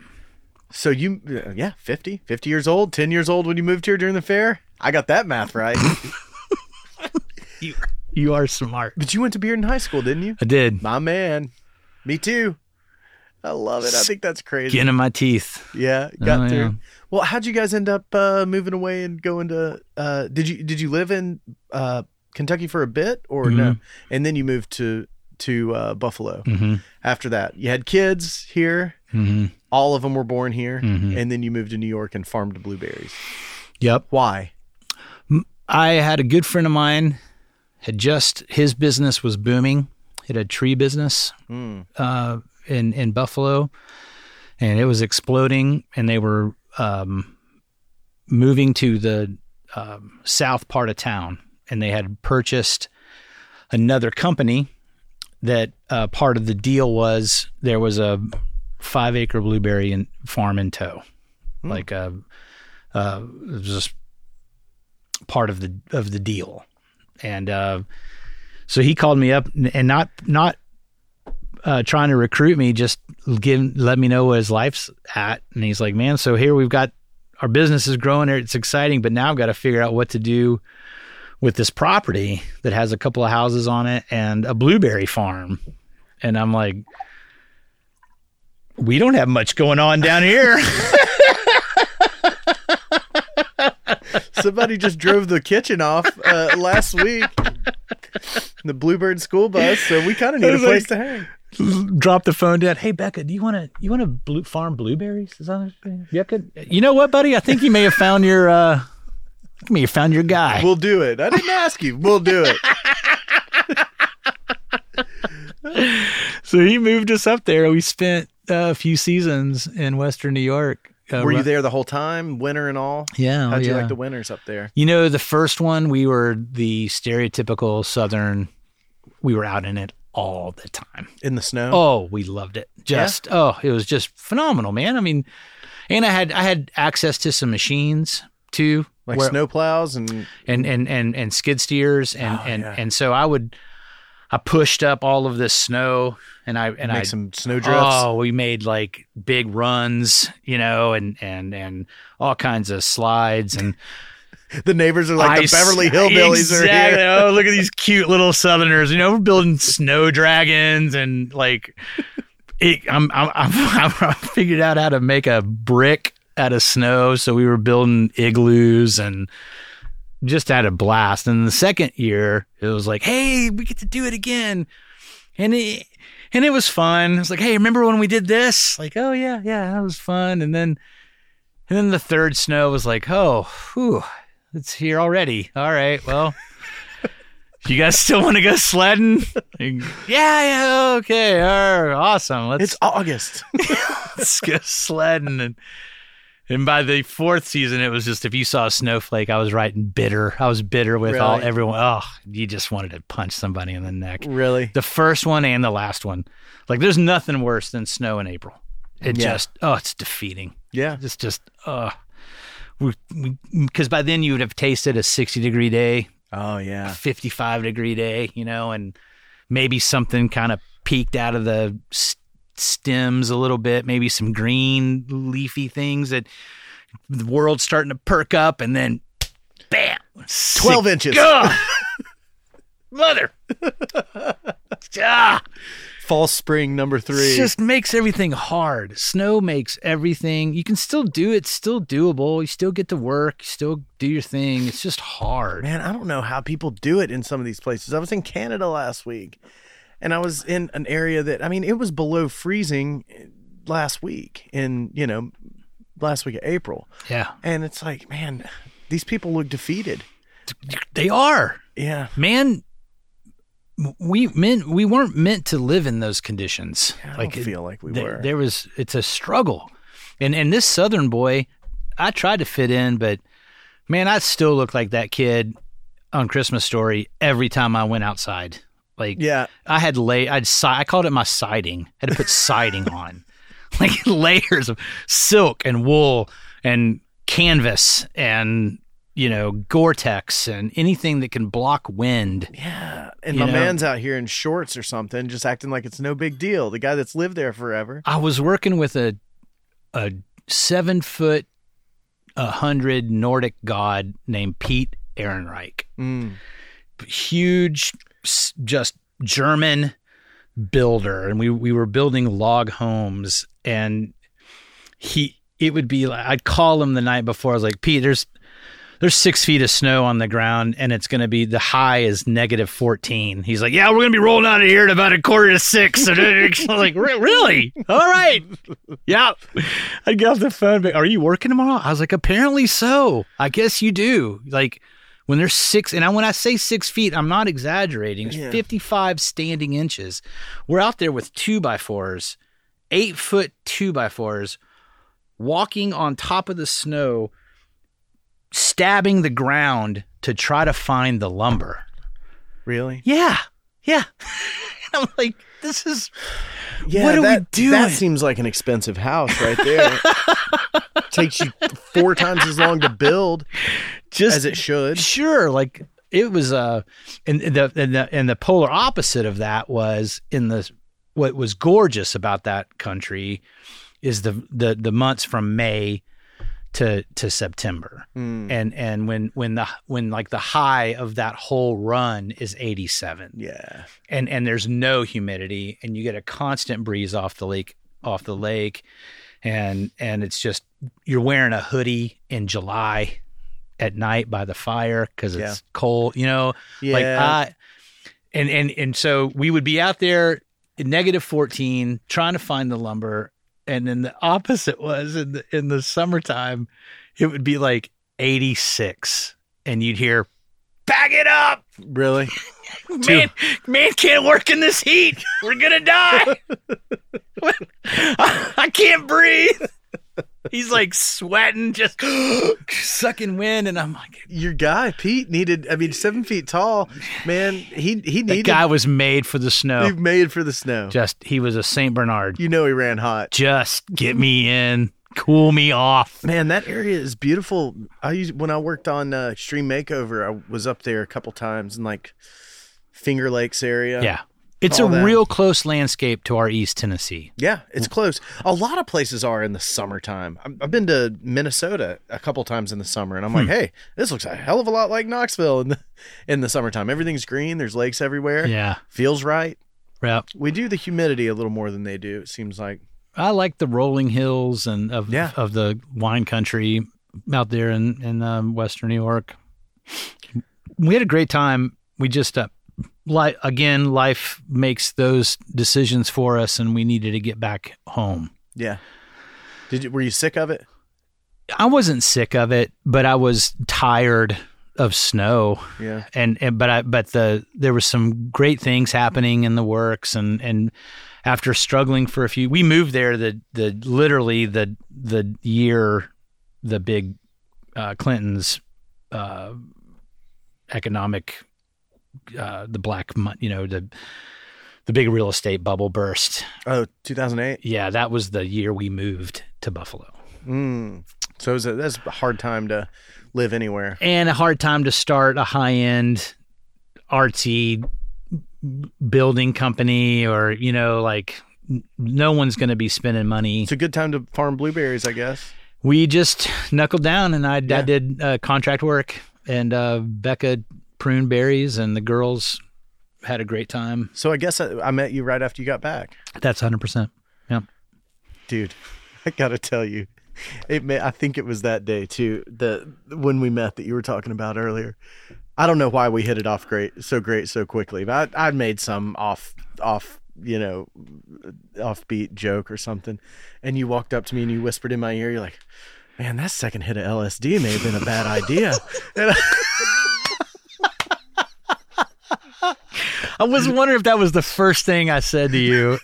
So you, uh, yeah, 50, 50 years old, 10 years old when you moved here during the fair. I got that math right.
You you are smart.
but you went to Bearden High School, didn't you?
I did.
My man. Me too. I love it. I think that's crazy.
Getting in my teeth.
Yeah, got
Oh,
through.
yeah.
Well, how'd you guys end up uh, moving away and going to? Uh, did you did you live in uh, Kentucky for a bit or no?
Mm-hmm.
And then you moved to to uh, Buffalo.
Mhm.
After that, you had kids here.
Mhm.
All of them were born here,
Mhm.
and then you moved to New York and farmed blueberries.
Yep.
Why?
I had a good friend of mine had just his business was booming. It had a tree business
Mm.
uh, in in Buffalo, and it was exploding. And they were um, moving to the um, south part of town, and they had purchased another company. That uh, part of the deal was there was a five acre blueberry in, farm in tow, like a uh, it was just part of the of the deal, and uh, so he called me up and- and not not uh, trying to recruit me, just give let me know what his life's at. And he's like, man, so here we've got our business is growing, it's exciting, but now I've got to figure out what to do with this property that has a couple of houses on it and a blueberry farm. And I'm like, we don't have much going on down here.
Somebody just drove the kitchen off uh, last week. The Bluebird school bus, so we kind of need a
was
place
like-
to hang.
Drop the phone down. Hey Becca, do you want to you want to blue, farm blueberries? Is that a thing? Yeah, could you know what, buddy? I think you may have found your uh, I think you may have found your guy.
We'll do it. I didn't ask you. We'll do it.
So he moved us up there. We spent uh, a few seasons in Western New York. Uh,
Were you
ru-
there the whole time, winter and all?
Yeah. oh,
How'd you
yeah.
like the winters up there?
You know, the first one we were the stereotypical Southern. We were out in it all the time.
In the snow?
Oh, we loved it. Just oh, it was just phenomenal, man. I mean, and I had I had access to some machines too,
like
where-
snow plows and
and and and and skid steers and
Oh,
and
yeah.
and so I would. I pushed up all of this snow, and I and
make
I
some snow drifts.
Oh, we made like big runs, you know, and and and all kinds of slides and
the neighbors are like
ice-
the Beverly Hillbillies are
Exactly.
here.
Oh, look at these cute little Southerners. You know, we're building snow dragons and like, it, I'm, I'm, I'm, I figured out how to make a brick out of snow. So we were building igloos and just had a blast. And the second year, it was like, hey, we get to do it again, and it. And it was fun. It was like, hey, remember when we did this? Like, oh yeah, yeah, that was fun. And then, and then the third snow was like, oh, whew, it's here already. All right. Well, you guys still want to go sledding? yeah. Yeah. Okay. all right, awesome. Let's,
It's August.
let's go sledding. And And by the fourth season, it was just if you saw a snowflake, I was writing bitter. I was bitter with all
Really?
everyone. Oh, you just wanted to punch somebody in the neck.
Really?
The first one and the last one. Like there's nothing worse than snow in April. It
Yeah.
just oh, it's defeating.
Yeah.
It's just uh because by then you would have tasted a 60 degree day,
Oh yeah.
55 degree day, you know, and maybe something kind of peeked out of the s- stems a little bit, maybe some green leafy things that the world's starting to perk up, and then bam, sick-
12 inches.
Gah! mother. Ah,
False spring number three.
it just makes everything hard. Snow makes everything. You can still do it, still doable. You still get to work, you still do your thing. It's just hard.
Man, I don't know how people do it in some of these places. I was in Canada last week and I was in an area that, I mean, it was below freezing eh, last week in, you know, last week of April.
Yeah,
And it's like, man, these people look defeated.
they are.
Yeah.
man we men we weren't meant to live in those conditions
I
like
don't feel like we
there,
were.
there was it's a struggle and and this southern boy i tried to fit in but man i still look like that kid on christmas story every time i went outside like
Yeah.
I had lay I'd si- I called it my siding. I had to put siding on. Like layers of silk and wool and canvas and you know Gore-Tex and anything that can block wind.
Yeah. And
You
my
know-
man's out here in shorts or something, just acting like it's no big deal. The guy that's lived there forever.
I was working with a a 7 foot a 100 Nordic god named Pete Ehrenreich.
Mm.
huge s- just german builder and we we were building log homes and he it would be like i'd call him the night before i was like pete there's there's six feet of snow on the ground and it's going to be the high is negative 14 he's like yeah we're going to be rolling out of here at about a quarter to six and i was like "Re- really all right yeah i get off the phone but are you working tomorrow i was like apparently so i guess you do like when there's six and I, when i say six feet i'm not exaggerating it's
Yeah.
55 standing inches we're out there with two by fours eight foot two by fours walking on top of the snow stabbing the ground to try to find the lumber
Really?
yeah yeah i'm like this is
Yeah,
What are we
that,
doing?
That seems like an expensive house right there. Takes you four times as long to build
just
as it should.
Sure, like it was uh and the and the and the polar opposite of that was in the what was gorgeous about that country is the the the months from May to to September.
Mm,
And and when when the when like the high of that whole run is 87
yeah.
and and there's no humidity and you get a constant breeze off the lake off the lake and and it's just you're wearing a hoodie in July at night by the fire cuz it's
Yeah.
cold you know
Yeah.
like I and and and so we would be out there in negative 14 trying to find the lumber and then the opposite was in the in the summertime it would be like 86 and you'd hear pack it up
really?
Man, man can't work in this heat. We're gonna die. I, I can't breathe. He's like sweating, just sucking wind, and I'm like,
Your guy, Pete, needed, I mean, seven feet tall. Man, he, he
that
needed
guy was made for the
he
snow.
made for the snow.
Just he was a Saint Bernard.
You know he ran hot.
Just get me in, cool me off.
Man, that area is beautiful. I used when I worked on uh, Extreme Makeover, I was up there a couple times in like Finger Lakes area.
Yeah, it's
All
a
that.
real close landscape to our East Tennessee.
Yeah, it's close. A lot of places are in the summertime. I'm- I've been to Minnesota a couple times in the summer, and I'm like, hey, this looks a hell of a lot like Knoxville in the in the summertime. Everything's green. There's lakes everywhere.
Yeah,
Feels right.
yeah.
We do the humidity a little more than they do. It seems like.
I like the rolling hills and of
Yeah.
of the wine country out there in in um, Western New York. We had a great time. We just uh, li- again, life makes those decisions for us, and we needed to get back home.
Yeah. Did you, were you sick of it?
I wasn't sick of it, but I was tired of snow.
Yeah.
and, and but I but the there was some great things happening in the works and and after struggling for a few we moved there the the literally the the year the big uh, Clinton's uh, economic, uh, the black, mon- you know, the the big real estate bubble burst.
Oh, 2008.
Yeah, that was the year we moved to Buffalo,
Mm. So it was a, that's a hard time to live anywhere.
and a hard time to start a high end, artsy building company, or you know, like n- no one's going to be spending money.
It's a good time to farm blueberries, I guess.
we just knuckled down and I,
Yeah.
I did uh, contract work and uh, Becca pruned berries and the girls had a great time.
So I guess I, I met you right after you got back,
That's 100%. Yeah.
dude. I gotta tell you, it may, I think it was that day too that when we met that you were talking about earlier. I don't know why we hit it off great so great so quickly, but I, I made some off off you know offbeat joke or something, and you walked up to me and you whispered in my ear, you're like, "Man, that second hit of LSD may have been a bad idea." And I-
I was wondering if that was the first thing I said to you.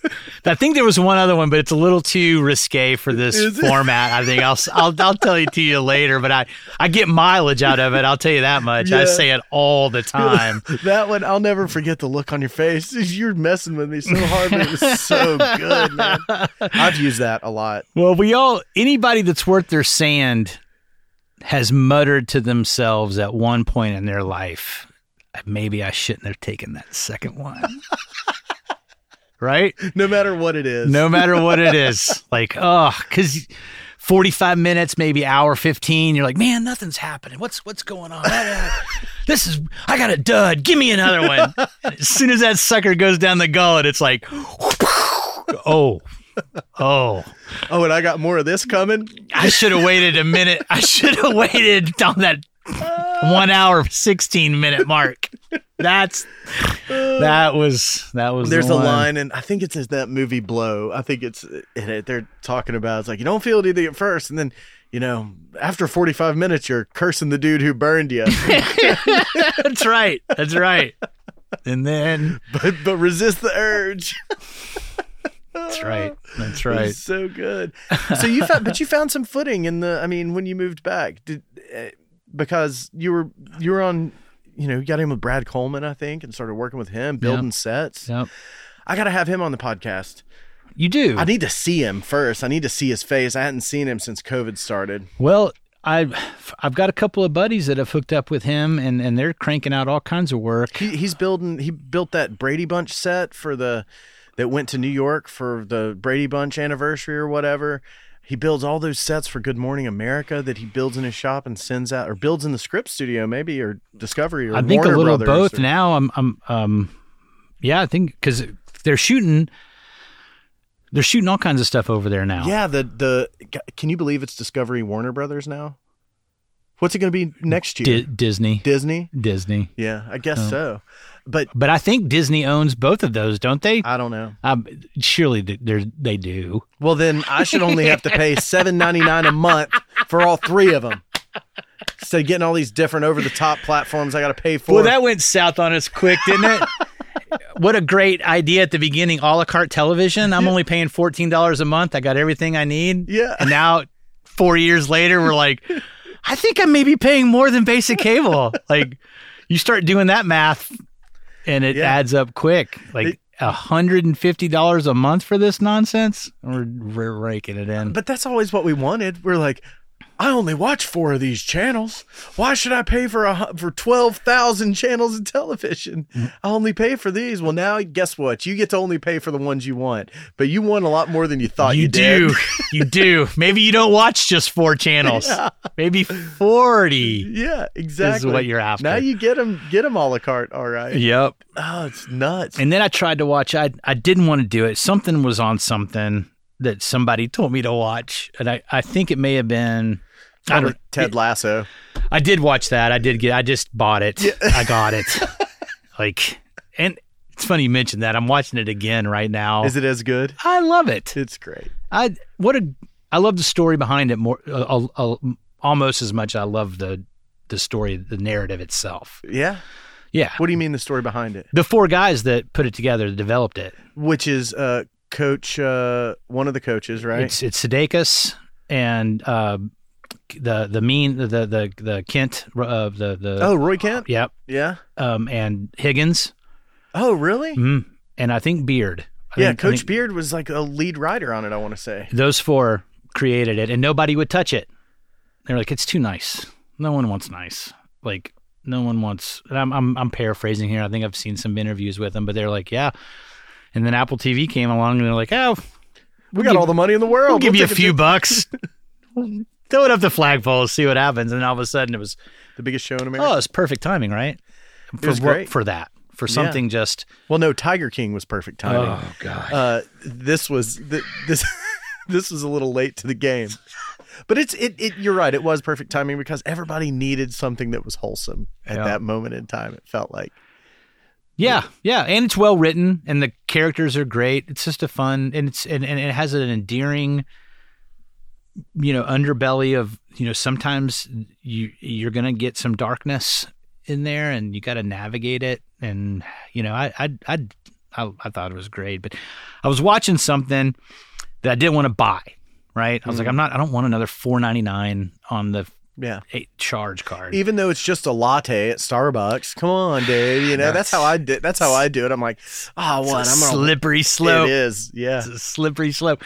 I think there was one other one, but it's a little too risque for this
Is it?
format. I think I'll, s- I'll, I'll tell it to you later, but I, I get mileage out of it. I'll tell you that much.
Yeah.
I say it all the time.
that one, I'll never forget the look on your face. You're messing with me so hard, but it was so good, man. I've used that a lot.
Well, we all anybody that's worth their sand has muttered to themselves at one point in their life, maybe I shouldn't have taken that second one. right?
No matter what it is.
No matter what it is. Like, oh, cuz 45 minutes, maybe hour 15, you're like, "Man, nothing's happening. What's what's going on?" This is I got a dud. Give me another one. as soon as that sucker goes down the gullet, it's like, "Oh. Oh."
Oh, and I got more of this coming.
I should have waited a minute. I should have waited on that one hour sixteen minute mark. That's that was that was.
There's a
the
line, and I think it's in that movie Blow. I think it's in it. They're talking about it's like you don't feel it either at first, and then you know after 45 minutes you're cursing the dude who burned you,
That's right. That's right. And then
but but resist the urge.
that's right. That's
It was
right.
so good. So you found, but you found some footing in the. I mean, when you moved back, did eh, because you were you were on. You know, you got in with Brad Coleman, I think, and started working with him, building sets.
Yep.
I got to have him on the podcast.
You do.
I need to see him first. I need to see his face. I hadn't seen him since COVID started.
Well, I I've got a couple of buddies that have hooked up with him, and and they're cranking out all kinds of work.
He, he's building. He built that Brady Bunch set for the that went to New York for the Brady Bunch anniversary or whatever. He builds all those sets for Good Morning America that he builds in his shop and sends out, or builds in the script studio maybe, or Discovery, or
I think
Warner
a little
Brothers
of both.
or-
Now I'm, I'm, um, yeah, I think because they're shooting, they're shooting all kinds of stuff over there now.
Yeah, the the can you believe it's Discovery Warner Brothers now? What's it going to be next year?
Di- Oh. Disney,
Disney.
Disney.
Yeah, I guess so, but
But I think Disney owns both of those, don't they?
I don't know.
Um, surely th- they're- they do.
Well, then I should only have to pay seven ninety nine a month for all three of them. Instead of getting all these different over the top platforms, I got to pay for.
Well, that went south on us quick, didn't it? what a great idea at the beginning, a la carte television. I'm only paying fourteen dollars a month. I got everything I need.
Yeah.
And now, four years later, we're like, I think I may be paying more than basic cable. like, you start doing that math, and it
Yeah.
adds up quick. Like. hundred and fifty dollars a month for this nonsense? We're, we're raking it in.
but that's always what we wanted. We're like, I only watch four of these channels. Why should I pay for a hu- for twelve thousand channels of television? I only pay for these. Well, now guess what? You get to only pay for the ones you want, but you want a lot more than you thought you,
you
did.
do, you do. Maybe you don't watch just four channels. Maybe forty.
Yeah, exactly.
what you're after.
Now you get them, get them a la carte. All right.
Yep.
Oh, it's nuts.
And then I tried to watch. I I didn't want to do it. Something was on something that somebody told me to watch, and I I think it may have been. I
Probably
don't.
Ted Lasso.
I did watch that. I did get. I just bought it. I got it. like, and it's funny you mentioned that. I'm watching it again right now.
Is it as good?
I love it.
It's great.
I what a I love the story behind it more uh, uh, almost as much. as I love the the story, the narrative itself.
Yeah.
Yeah.
What do you mean the story behind it?
The four guys that put it together, that developed it.
Which is uh coach uh one of the coaches, right?
It's it's Sudeikis and uh, the the mean the the the, the Kent uh, the the
Oh, Roy Kent?
yep
Yeah.
um and Higgins
Oh, really?
mm, and I think Beard I
Yeah,
think- I
Coach
think
Beard was like a lead writer on it, I want to say.
those four created it and nobody would touch it they're like it's too nice no one wants nice like no one wants and I'm I'm I'm paraphrasing here I think I've seen some interviews with them but they're like yeah and then Apple TV came along and they're like oh
We got
give-
all the money in the world.
We'll give
We'll
you a
take
few bucks. Throw it up the flagpole, see what happens. And all of a sudden it was,
The biggest show in America.
oh, it's perfect timing, right? For,
was
what-
great.
for that. For something just,
Well, no, Tiger King was perfect timing.
God.
Uh, this was th- this this was a little late to the game, but it's it, it. You're right. It was perfect timing because everybody needed something that was wholesome at
Yeah.
that moment in time. It felt like
Yeah, yeah. And it's well written and the characters are great. It's just a fun and it's and, and it has an endearing you know, underbelly of, you know, sometimes you you're gonna get some darkness in there and you gotta navigate it and you know, I I I I, I thought it was great, but I was watching something that I didn't want to buy, right? I was
Mm-hmm.
like, I'm not I don't want another four ninety nine on the
yeah.
eight charge card.
Even though it's just a latte at Starbucks. Come on, dude. You know that's how I did. That's how I do it. I'm like, oh,
It's a
what? I'm gonna.
slippery slope.
It is. Yeah.
It's a slippery slope.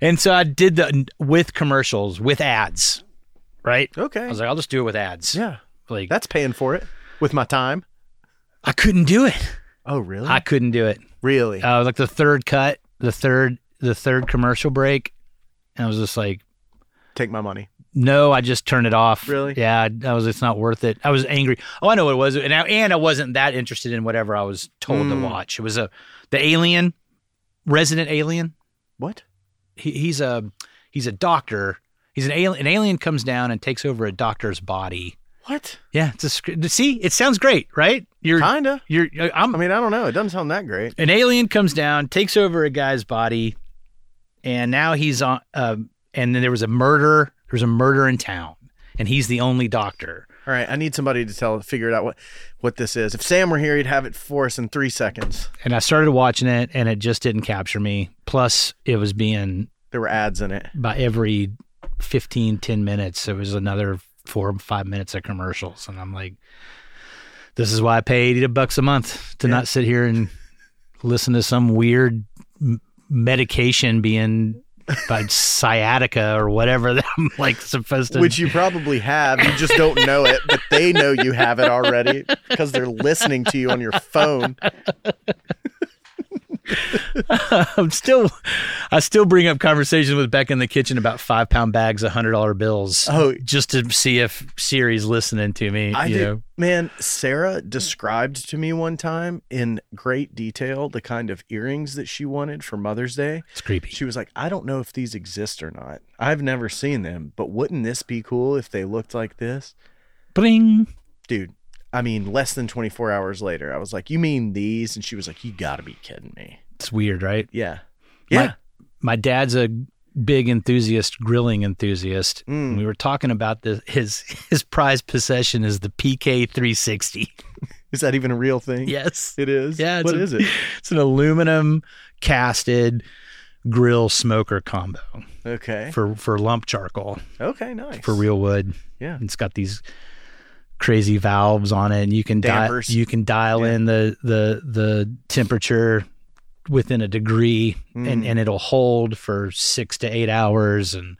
And so I did the with commercials, with ads, right? I
Okay.
was like, I'll just do it with ads.
Yeah.
Like
That's paying for it with my time.
I couldn't do it.
Oh, really?
I couldn't do it.
really?
Uh, like the third cut, the third, the third commercial break, and I was just like,
Take my money.
no, I just turned it off.
Really?
Yeah. I- I was. It's not worth it. I was angry. Oh, I know what it was. And I, and I wasn't that interested in whatever I was told
Mm.
to watch. It was a the alien, resident alien.
What?
he, he's a he's a doctor. He's an alien. An alien comes down and takes over a doctor's body.
What?
Yeah, it's a sc- see. It sounds great, right? You're
Kinda.
you're. uh, I'm
I mean, I don't know. It doesn't sound that great.
an alien comes down, takes over a guy's body, and now he's on. Um, and then there was a murder. There was a murder in town, and he's the only doctor.
All right, I need somebody to tell figure it out what what this is. If Sam were here, he'd have it for us in three seconds.
And I started watching it, and it just didn't capture me. Plus, it was being
There were ads in it.
by every 15 10 minutes it was another four or five minutes of commercials and i'm like this is why i pay 80 bucks a month to
Yeah.
not sit here and listen to some weird m- medication being by sciatica or whatever that i'm like supposed to
Which you probably have, you just don't know it, but they know you have it already because they're listening to you on your phone.
i'm still i still bring up conversations with becca in the kitchen about five pound bags of hundred dollar bills
Oh,
just to see if siri's listening to me
I
you
did-
know
man, Sarah described to me one time in great detail the kind of earrings that she wanted for Mother's Day.
it's creepy
She was like, I don't know if these exist or not. I've never seen them, but wouldn't this be cool if they looked like this?
bling
dude i mean less than 24 hours later i was like you mean these and she was like you gotta be kidding me
it's weird right
yeah
My-
yeah
my dad's a big enthusiast, grilling enthusiast.
Mm.
We were talking about this. His his prized possession is the PK 360.
is that even a real thing
Yes,
it is
Yeah, it's
What
a-
is it
it's an aluminum casted grill smoker combo
okay
for for lump charcoal
okay nice
for real wood.
yeah
It's got these crazy valves on it, and you can dial
Dampers.
you can dial
Yeah.
in the the the temperature within a degree, and
Mm.
and it'll hold for six to eight hours, and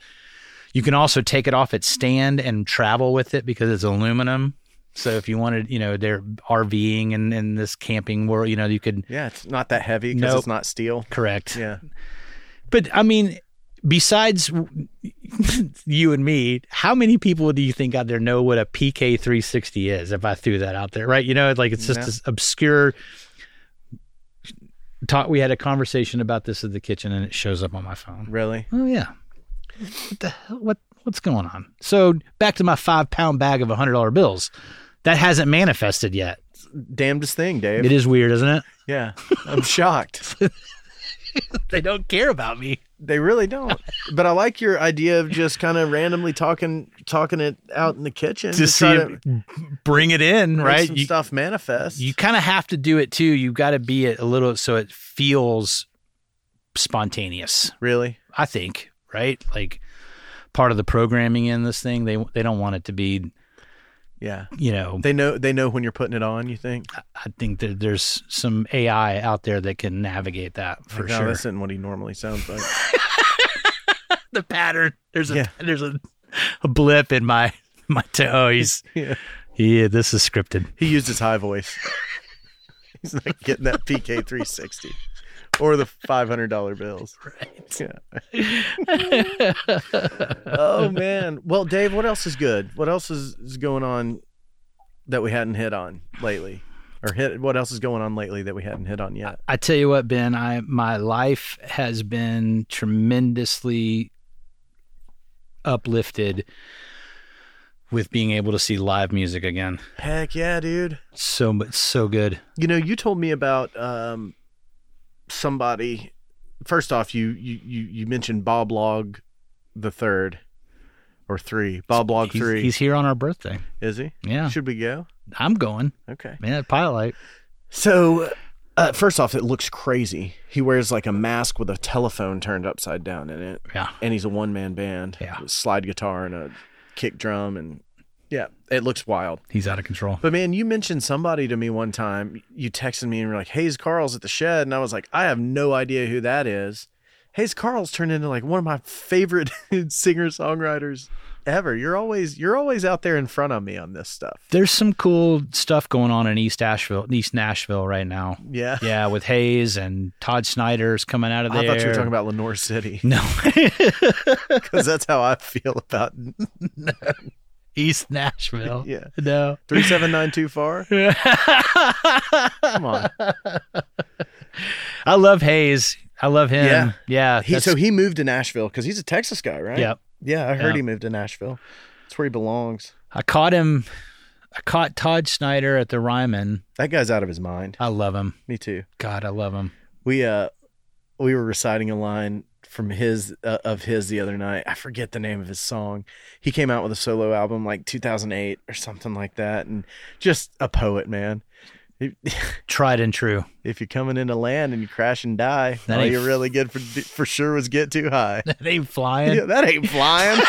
you can also take it off its stand and travel with it because it's aluminum. So if you wanted, you know, they're RVing and in this camping world, you know, you could
yeah it's not that heavy because
Nope.
it's not steel
correct.
yeah
But I mean, besides you and me, how many people do you think out there know what a PK 360 is if I threw that out there, right? You know, like it's just
No.
this obscure. Talk, we had a conversation about this at the kitchen and it shows up on my phone.
really
Oh, yeah. What the hell? What, what's going on? So back to my five pound bag of $100 bills. That hasn't manifested yet.
damnedest thing dave
It is weird, isn't it?
yeah i'm shocked
They don't care about me.
they really don't but i like your idea of just kind of randomly talking talking it out in the kitchen
To see
try
it, bring it in,
make
right?
some
You-
stuff manifest
you kind of have to do it too. You've got to be it a little so it feels spontaneous.
really
I think, right? Like part of the programming in this thing. They they don't want it to be
Yeah.
you know.
They know they know when you're putting it on, you think?
I think that there's some AI out there that can navigate that for
Like, no,
sure.
This isn't what he normally sounds like.
the pattern. There's a
Yeah.
there's a, a blip in my my toe. Oh, he's
yeah.
yeah. This is scripted.
He used his high voice. He's not getting that PK three sixty. Or the five hundred dollar bills.
Right.
Yeah. Oh man. Well, Dave, what else is good? What else is, is going on that we hadn't hit on lately? Or hit what else is going on lately that we hadn't hit on yet?
I tell you what, Ben. I my life has been tremendously uplifted with being able to see live music again.
Heck yeah, dude.
So much, so good.
You know, you told me about um, somebody. First off, you you you you mentioned Bob Log, the third, or three. Bob Log
He's,
three
he's here on our birthday.
is he?
Yeah,
Should we go?
I'm going.
Okay.
Yeah, pilot.
So, uh, first off, it looks crazy. He wears like a mask with a telephone turned upside down in it,
Yeah,
and he's a one man band.
Yeah.
with slide guitar and a kick drum, and yeah, it looks wild.
he's out of control.
But man, you mentioned somebody to me one time. You texted me and were like, Hayes Carl's at the shed. And I was like, I have no idea who that is. Hayes Carl's turned into like one of my favorite singer songwriters ever. You're always you're always out there in front of me on this stuff.
There's some cool stuff going on in East Asheville, East Nashville right now.
Yeah.
Yeah, with Hayes and Todd Snyder's coming out of there.
I thought you were talking about Lenore City
no
because that's how I feel about
East Nashville.
yeah.
No.
Three seven nine too far. Come on.
I love Hayes. I love him.
Yeah.
yeah
He,
that's-
so he moved to Nashville because he's a Texas guy, right?
yeah.
Yeah, I heard
Yeah.
he moved to Nashville. That's where he belongs.
I caught him. I caught Todd Snyder at the Ryman.
That guy's out of his mind.
I love him.
Me too.
God, I love him.
we uh we were reciting a line from his uh, of his the other night i forget the name of his song he came out with a solo album like 2008 or something like that and just a poet man If-
Tried and true.
if you're coming into land and you crash and die
That
all
ain't-
you're really good for for sure was get too high
That ain't flying.
yeah, that ain't flying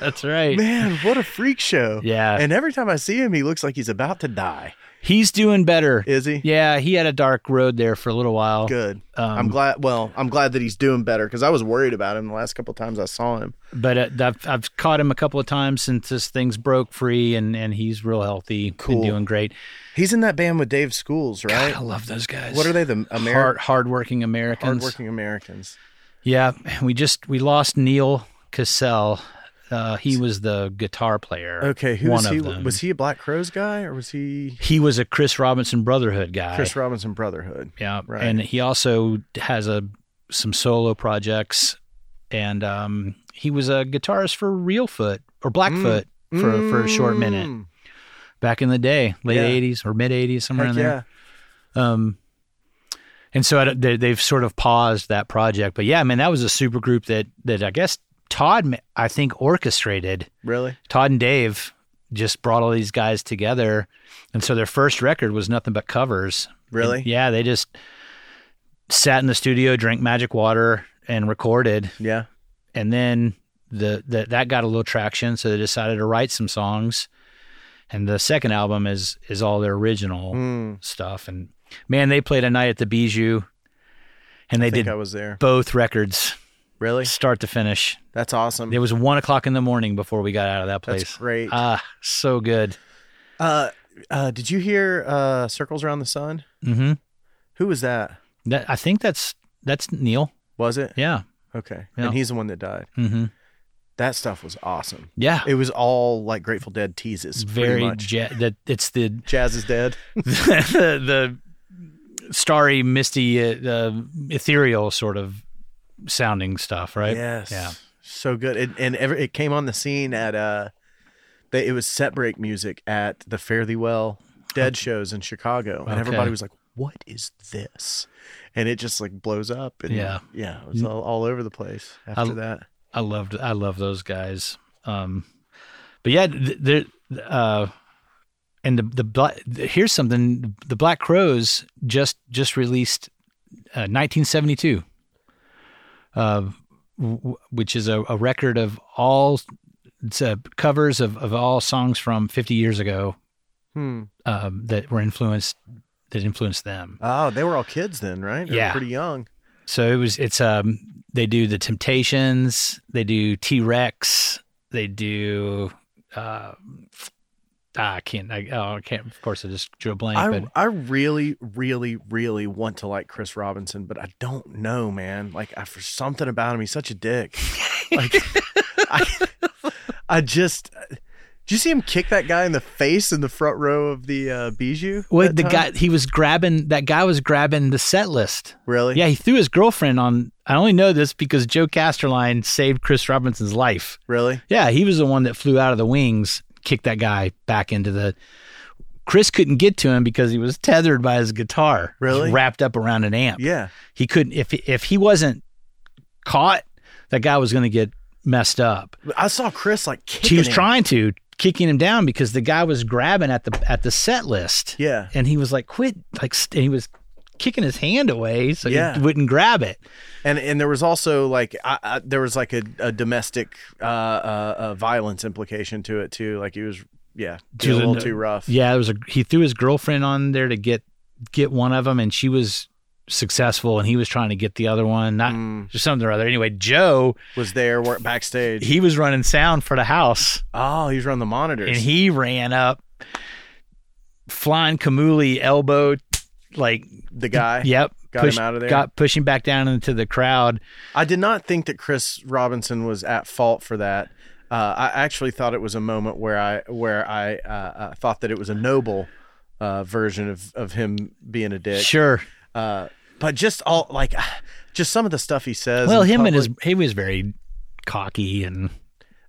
That's right.
man what a freak show
Yeah.
and every time i see him he looks like he's about to die
He's doing better.
is he
Yeah, he had a dark road there for a little while.
good
Um,
i'm glad well i'm glad that he's doing better because i was worried about him the last couple times i saw him
but uh, I've, I've caught him a couple of times since this thing's broke free, and, and he's real healthy.
Cool.
Been doing great.
He's in that band with Dave Schools, right?
I love those guys.
what are they? The
Hard,
Ameri-
hardworking Americans.
hardworking Americans.
Yeah, we just we lost Neil Cassell. Uh, he was the guitar player.
Okay, who
one
was
of
he?
them.
Was he a Black Crows guy or was he
He was a Chris Robinson Brotherhood guy.
Chris Robinson Brotherhood?
yeah,
right.
and he also has a some solo projects, and um, he was a guitarist for Real Foot or Blackfoot for for a short minute.
Mm,
back in the day, late
Yeah.
'80s or mid '80s, somewhere
Heck
in
yeah,
there. Um, and so I don't- they, they've sort of paused that project, but yeah, I mean that was a super group that that I guess Todd ma- I think orchestrated.
really?
Todd and Dave just brought all these guys together, and so their first record was nothing but covers.
Really?
And, yeah, they just sat in the studio, drank magic water, and recorded,
yeah.
and then. The, the that got a little traction, so they decided to write some songs, and the second album is is all their original
Mm,
stuff. And man, they played a night at the Bijou, and they
I think
did
I was there.
both records,
Really?
start to finish.
That's awesome.
It was one o'clock in the morning before we got out of that
That's
place.
great.
Ah, so good.
Uh, uh, did you hear uh, "Circles Around the Sun"?
Mm-hmm.
Who was that?
That I think that's that's Neil.
Was it?
Yeah.
Okay,
Yeah.
and he's the one that died.
Mm-hmm.
That stuff was awesome.
Yeah.
It was all like Grateful Dead teases. pretty
Very
much.
ja- that it's the
jazz is dead.
the, the starry, misty, uh, uh, ethereal sort of sounding stuff, right?
Yes.
Yeah.
So good. It, and every, it came on the scene at uh they, it was set break music at the Fare Thee Well Dead shows in Chicago. And
Okay.
everybody was like, "What is this?" And it just like blows up and
Yeah.
yeah, it was all, all over the place after
I-
that.
I loved I love those guys. Um, but yeah, th- there uh, and the the Bla- here's something the Black Crows just just released uh, 1972. Uh, w- which is a, a record of all it's, uh, covers of, of all songs from 50 years ago
Hmm.
um, that were influenced that influenced them.
Oh, they were all kids then, right? They were
Yeah.
pretty young.
So it was it's um they do the Temptations, they do T Rex, they do uh, I can't I, oh, I can't of course I just drew a blank
I,
but
I really, really, really want to like Chris Robinson, but I don't know, man. Like, I, for something about him, he's such a dick. Like, I, I just. Did you see him kick that guy in the face in the front row of the uh, Bijou?
wait
that
the
time?
guy he was grabbing that guy was grabbing the set list.
Really?
Yeah, he threw his girlfriend on. I only know this because Joe Casterline saved Chris Robinson's life.
Really?
Yeah, he was the one that flew out of the wings, kicked that guy back into the. Chris couldn't get to him because he was tethered by his guitar.
Really?
He's wrapped up around an amp.
Yeah.
He couldn't if if he wasn't caught, that guy was going to get messed up.
I saw Chris like kicking
he was
him.
trying to kicking him down because the guy was grabbing at the at the set list.
Yeah.
And he was like, "Quit!" Like st- and he was kicking his hand away so
Yeah.
he wouldn't grab it.
and and there was also like I, I, there was like a, a domestic uh, uh, uh, violence implication to it too. Like he was yeah,
To
a
the-
little too rough.
Yeah, there was a he threw his girlfriend on there to get get one of them, and she was successful, and he was trying to get the other one, not
Mm.
just something or other. Anyway, Joe
Was there were backstage?
he was running sound for the house,
oh, he was running the monitors.
and he ran up, flying Kamuli elbow, like
the guy.
yep,
Got him out of there?
got pushing back down into the crowd.
I did not think that Chris Robinson was at fault for that. Uh, I actually thought it was a moment where I where I uh, uh, thought that it was a noble uh, version of of him being a dick.
Sure,
Uh, but just all like just some of the stuff he says.
well,
in
him and
public-
his he was very cocky, and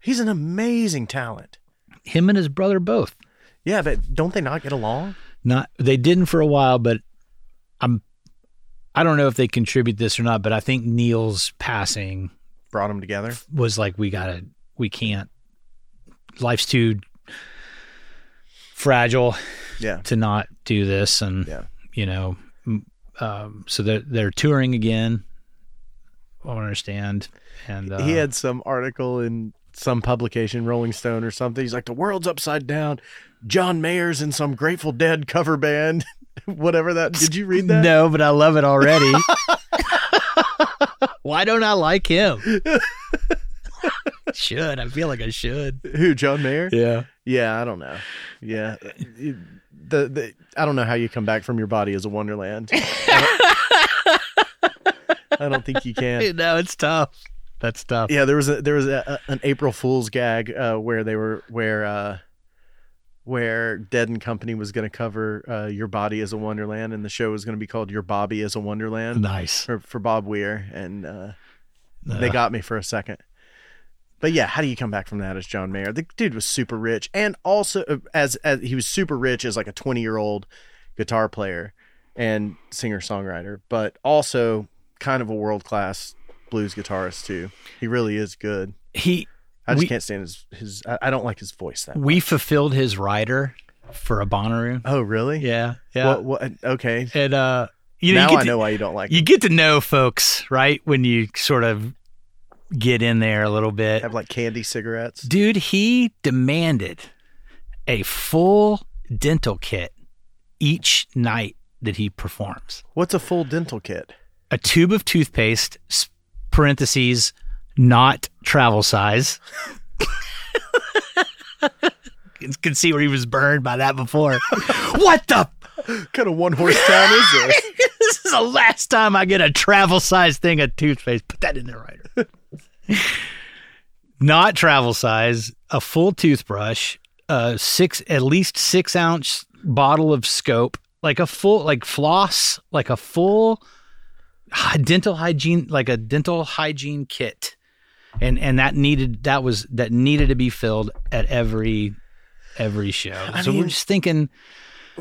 he's an amazing talent.
him and his brother both.
Yeah, but don't they not get along?
not they didn't for a while but i'm i don't know if they contribute this or not but i think neil's passing
Brought them together.
was like we gotta we can't life's too fragile
Yeah.
to not do this and
Yeah.
you know m- um, so they're they're touring again i don't understand and uh,
he had some article in some publication, Rolling Stone or something. He's like, the world's upside down. John Mayer's in some Grateful Dead cover band, whatever that. Did you read that?
no but i love it already why don't i like him should i feel like i should
Who, John Mayer?
yeah
Yeah, I don't know. Yeah. The, the I don't know how you come back from your body as a wonderland. I don't, I don't think you can.
no, it's tough. That's tough.
Yeah, there was a, there was a, a- an April Fool's gag uh, where they were where uh, where Dead and Company was going to cover uh, Your Body as a Wonderland, and the show was going to be called Your Bobby as a Wonderland
Nice.
for, for Bob Weir, and uh, they
Uh,
got me for a second. But yeah, how do you come back from that as John Mayer? The dude was super rich, and also uh, as as he was super rich as like a twenty year old guitar player and singer songwriter, but also kind of a world class blues guitarist too. He really is good.
he.
I just
We-
can't stand his his. I, I don't like his voice that.
We fulfilled his rider for a Bonnaroo.
Oh really?
Yeah, yeah.
What, what, okay.
and uh, you know,
now
you get
I know
To,
why you don't like.
you get to know folks, right? When you sort of get in there a little
it.
bit,
Have like candy cigarettes.
dude. He demanded a full dental kit each night that he performs.
What's a full dental kit?
a tube of toothpaste s- parentheses not travel size You can see where he was burned by that before what the
What kind of one horse town is this?
this is the last time i get a travel size thing of toothpaste put that in there writer not travel size a full toothbrush a six at least six ounce bottle of scope like a full like floss like a full hy- dental hygiene like a dental hygiene kit and and that needed that was that needed to be filled at every every show so we're
mean-
just thinking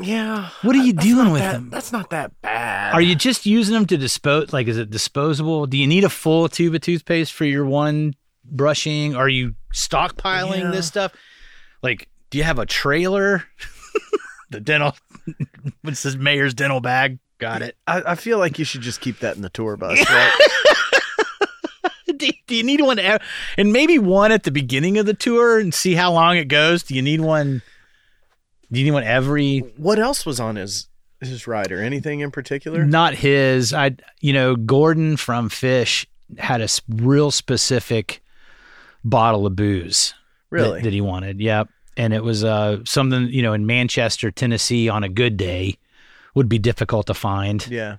Yeah.
what are you
That's
doing
not
with
that-
them
That's not that bad.
are you just using them to dispose? Like, is it disposable? Do you need a full tube of toothpaste for your one brushing? Are you stockpiling
Yeah.
this stuff? Like, do you have a trailer? the dental, what's this mayor's dental bag? Got it.
I, I feel like you should just keep that in the tour bus, right?
do, do you need one? ev- And maybe one at the beginning of the tour and see how long it goes. Do you need one? Do you need one every?
What else was on his his ride or anything in particular?
Not his. I, you know, Gordon from Fish had a s- real specific bottle of booze. that-
really?
that, he wanted. Yep. And it was uh, something you know in Manchester, Tennessee, on a good day, would be difficult to find
yeah.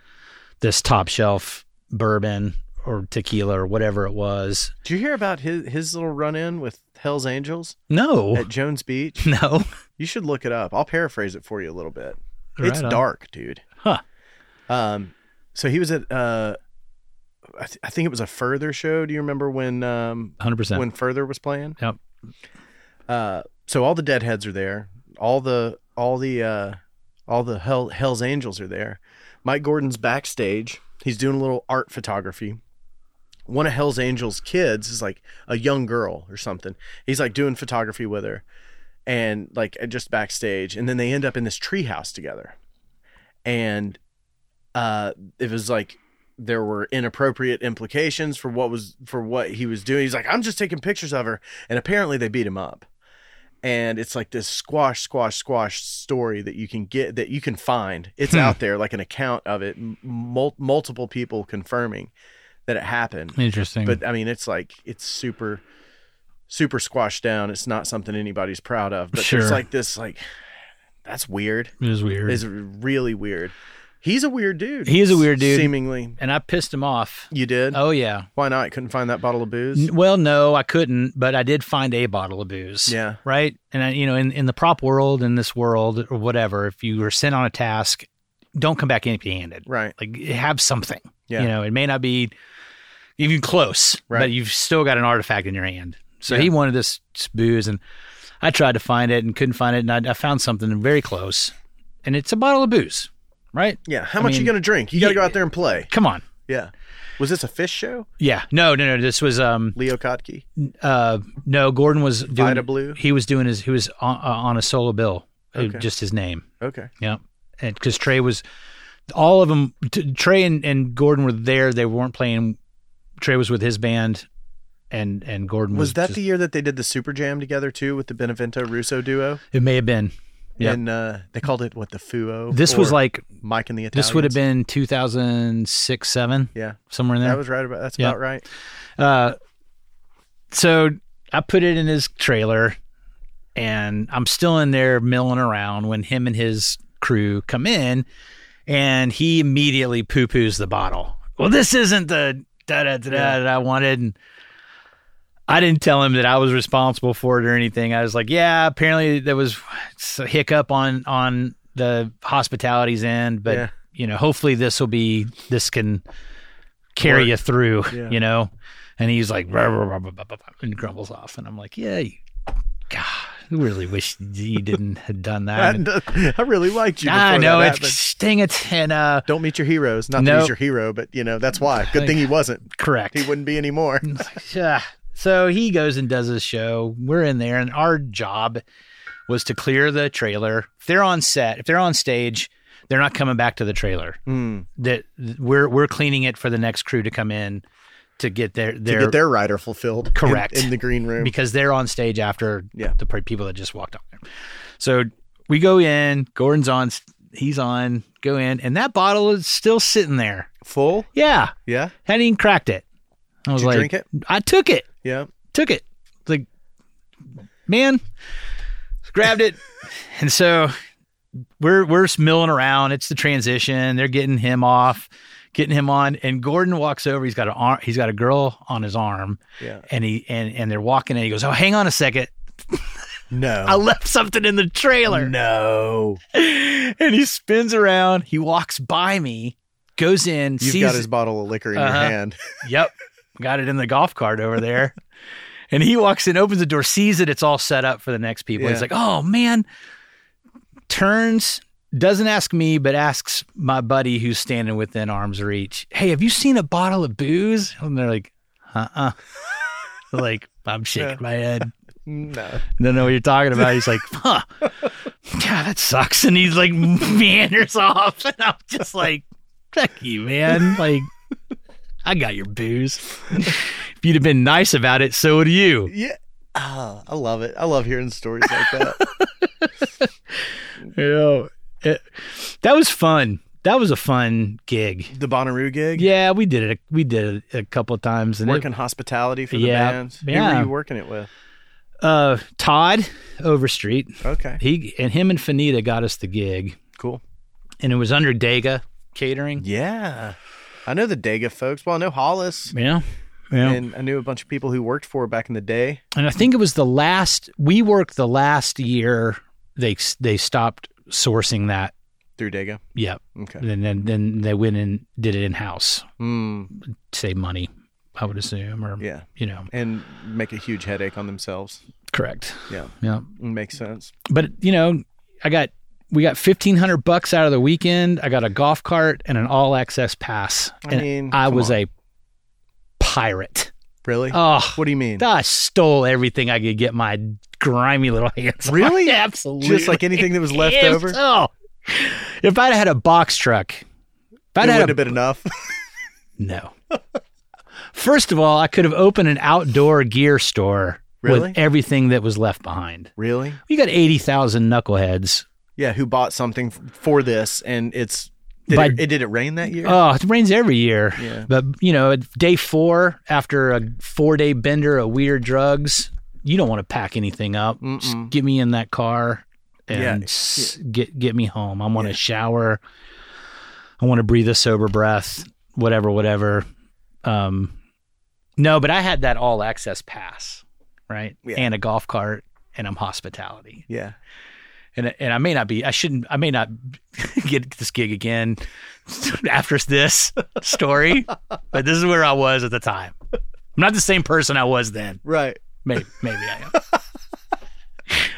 this top shelf bourbon or tequila or whatever it was.
Did you hear about his his little run in with Hell's Angels
No,
at Jones Beach?
no,
You should look it up. I'll paraphrase it for you a little bit. it's
Right on.
dark, dude.
Huh.
Um, so he was at uh, I, th- I think it was a Further show. Do you remember when um
hundred percent.
when Further was playing?
Yep.
Uh, so all the Deadheads are there. All the all the uh all the Hell Hell's Angels are there. Mike Gordon's backstage. He's doing a little art photography. One of Hell's Angels' kids is like a young girl or something. He's like doing photography with her and like uh, just backstage and then they end up in this treehouse together and uh it was like there were inappropriate implications for what was for what he was doing he's like i'm just taking pictures of her and apparently they beat him up and it's like this squash squash squash story that you can get that you can find it's
Hmm.
out there like an account of it m- mul- multiple people confirming that it happened
Interesting.
but I mean, it's like it's super, super squashed down. It's not something anybody's proud of. But
Sure.
there's like this, like that's weird.
it was weird.
It's really weird. He's a weird dude.
He is a weird dude.
Seemingly,
and I pissed him off.
you did.
Oh yeah.
Why not? Couldn't find that bottle of booze.
N- Well, no, I couldn't, but I did find a bottle of booze.
Yeah.
Right. And I, you know, in, in the prop world, in this world or whatever, if you were sent on a task, don't come back empty handed.
Right.
like have something.
Yeah.
You know, it may not be even close,
Right.
but you've still got an artifact in your hand. So
Yeah.
he wanted this booze, and I tried to find it and couldn't find it, and I, I found something very close, and it's a bottle of booze, right?
Yeah. How
I
much
mean,
you gonna drink? You gotta
yeah.
go out there and play.
Come on,
Yeah. Was this a fish show?
yeah, no, no, no. This was um
Leo Kottke.
uh no. Gordon was doing
Vita Blue?
He was doing his. He was on, uh, on a solo bill, uh,
Okay.
just his name.
Okay.
Yeah, and because Trey was, all of them. T- Trey and, and Gordon were there. They weren't playing. Trey was with his band, and and Gordon was.
Was that
just-
the year that they did the Super Jam together too with the Benevento Russo duo?
It may have been. Yeah.
And uh, they called it what the Fuo.
This was
or
like
Mike and the Italians.
this would have been two thousand six seven
Yeah.
somewhere in there.
That was right about. That's
Yeah.
about right.
uh, so I put it in his trailer, and I'm still in there milling around when him and his crew come in, and he immediately poo poos the bottle. Well, this isn't the da da da da
Yeah.
that I wanted. And I didn't tell him that I was responsible for it or anything. I was like, yeah, apparently there was a hiccup on on the hospitality's end, but
Yeah.
you know, hopefully this will be this can carry
Work.
you through,
Yeah.
you know? And he's like, "Rah, rah, rah, rah, rah, rah," and grumbles off. And I'm like, yeah, you, God, I really wish you didn't have done that. And-
I, I really liked you. Before
I know
that
it's
happened.
dang it. And uh,
Don't meet your heroes. Not that
No.
he's your hero, but you know that's why. Good thing he wasn't.
correct.
He wouldn't be anymore.
Yeah. So he goes and does his show. We're in there, and our job was to clear the trailer. If they're on set, if they're on stage, they're not coming back to the trailer.
Mm.
That we're we're cleaning it for the next crew to come in to get their
To
their,
get their rider fulfilled. in-
Correct.
In, the green room.
because they're on stage after
Yeah.
the pre- people that just walked on there. So we go in, Gordon's on, he's on, go in, and that bottle is still sitting there.
Full.
Yeah,
Yeah.
hadn't even cracked it. I was
Did you
like,
drink it?
I took it,
Yeah.
took it. Like, man, grabbed it, and so we're we're milling around. It's the transition. They're getting him off, getting him on, and Gordon walks over. He's got an arm. He's got a girl on his arm
Yeah.
and he and and they're walking and he goes, "Oh, hang on a second.
No.
I left something in the trailer."
no.
And he spins around, he walks by me, goes in,
You've
sees
got his bottle of liquor in your
Uh-huh.
hand.
Yep. Got it in the golf cart over there. and he walks in, opens the door, sees it, it's all set up for the next people.
Yeah.
He's like, "Oh, man." Turns doesn't ask me, but asks my buddy who's standing within arm's reach, Hey, have you seen a bottle of booze? And they're like, Uh uh like, I'm shaking
Yeah.
my head.
No.
don't know what you're talking about. He's like, huh, yeah, that sucks. And he's like, meanders off. And I'm just like, fuck you, man. Like, I got your booze. if you'd have been nice about it, so would you.
Yeah. Ah, I love it. I love hearing stories like that.
Yeah. It- that was fun. That was a fun gig.
the Bonnaroo gig.
Yeah, we did it. We did it a couple of times. And it-
Working hospitality for the
Yeah.
bands. Who
Yeah.
were you working it with?
uh, Todd Overstreet,
Okay.
he and him and Fanita got us the gig,
Cool.
and it was under Dega Catering.
Yeah. I know the Dega folks. Well, I know Hollis.
Yeah, yeah. And,
And I knew a bunch of people who worked for her back in the day.
I think it was the last we worked the last year they they stopped sourcing that.
Through Dega.
Yep.
Okay.
And then then they went and did it in house,
Mm,
save money, I would assume, or
yeah.
you know,
And make a huge headache on themselves.
correct.
Yeah.
Yeah.
Makes sense.
but you know, I got we got fifteen hundred bucks out of the weekend. I got a golf cart and an all access pass.
I
and
mean,
I
come
was
on.
a pirate.
Really?
Oh,
what do you mean?
I stole everything I could get my grimy little hands. on.
Really?
Absolutely.
Just like anything that was left
Yes.
over?
Oh, if I'd had a box truck, if
It
I'd
wouldn't
had a,
have been enough.
no. First of all, I could have opened an outdoor gear store
Really?
with everything that was left behind.
really?
You got eighty thousand knuckleheads
Yeah. Who bought something f- for this? And it's did
By-
it, it- did it rain that year?
Oh, it rains every year.
Yeah.
But you know, at day four after a four day bender of weird drugs, you don't want to pack anything up. Just
Mm-mm.
get me in that car and
Yeah.
s- get get me home. I want
Yeah.
to shower. I want to breathe a sober breath. Whatever, whatever. Um, no, but I had that all access pass, right?
Yeah.
And a golf cart, and I'm hospitality
yeah.
and and I may not be I shouldn't I may not get this gig again after this story, but this is where I was at the time. I'm not the same person I was then.
Right.
Maybe maybe I am.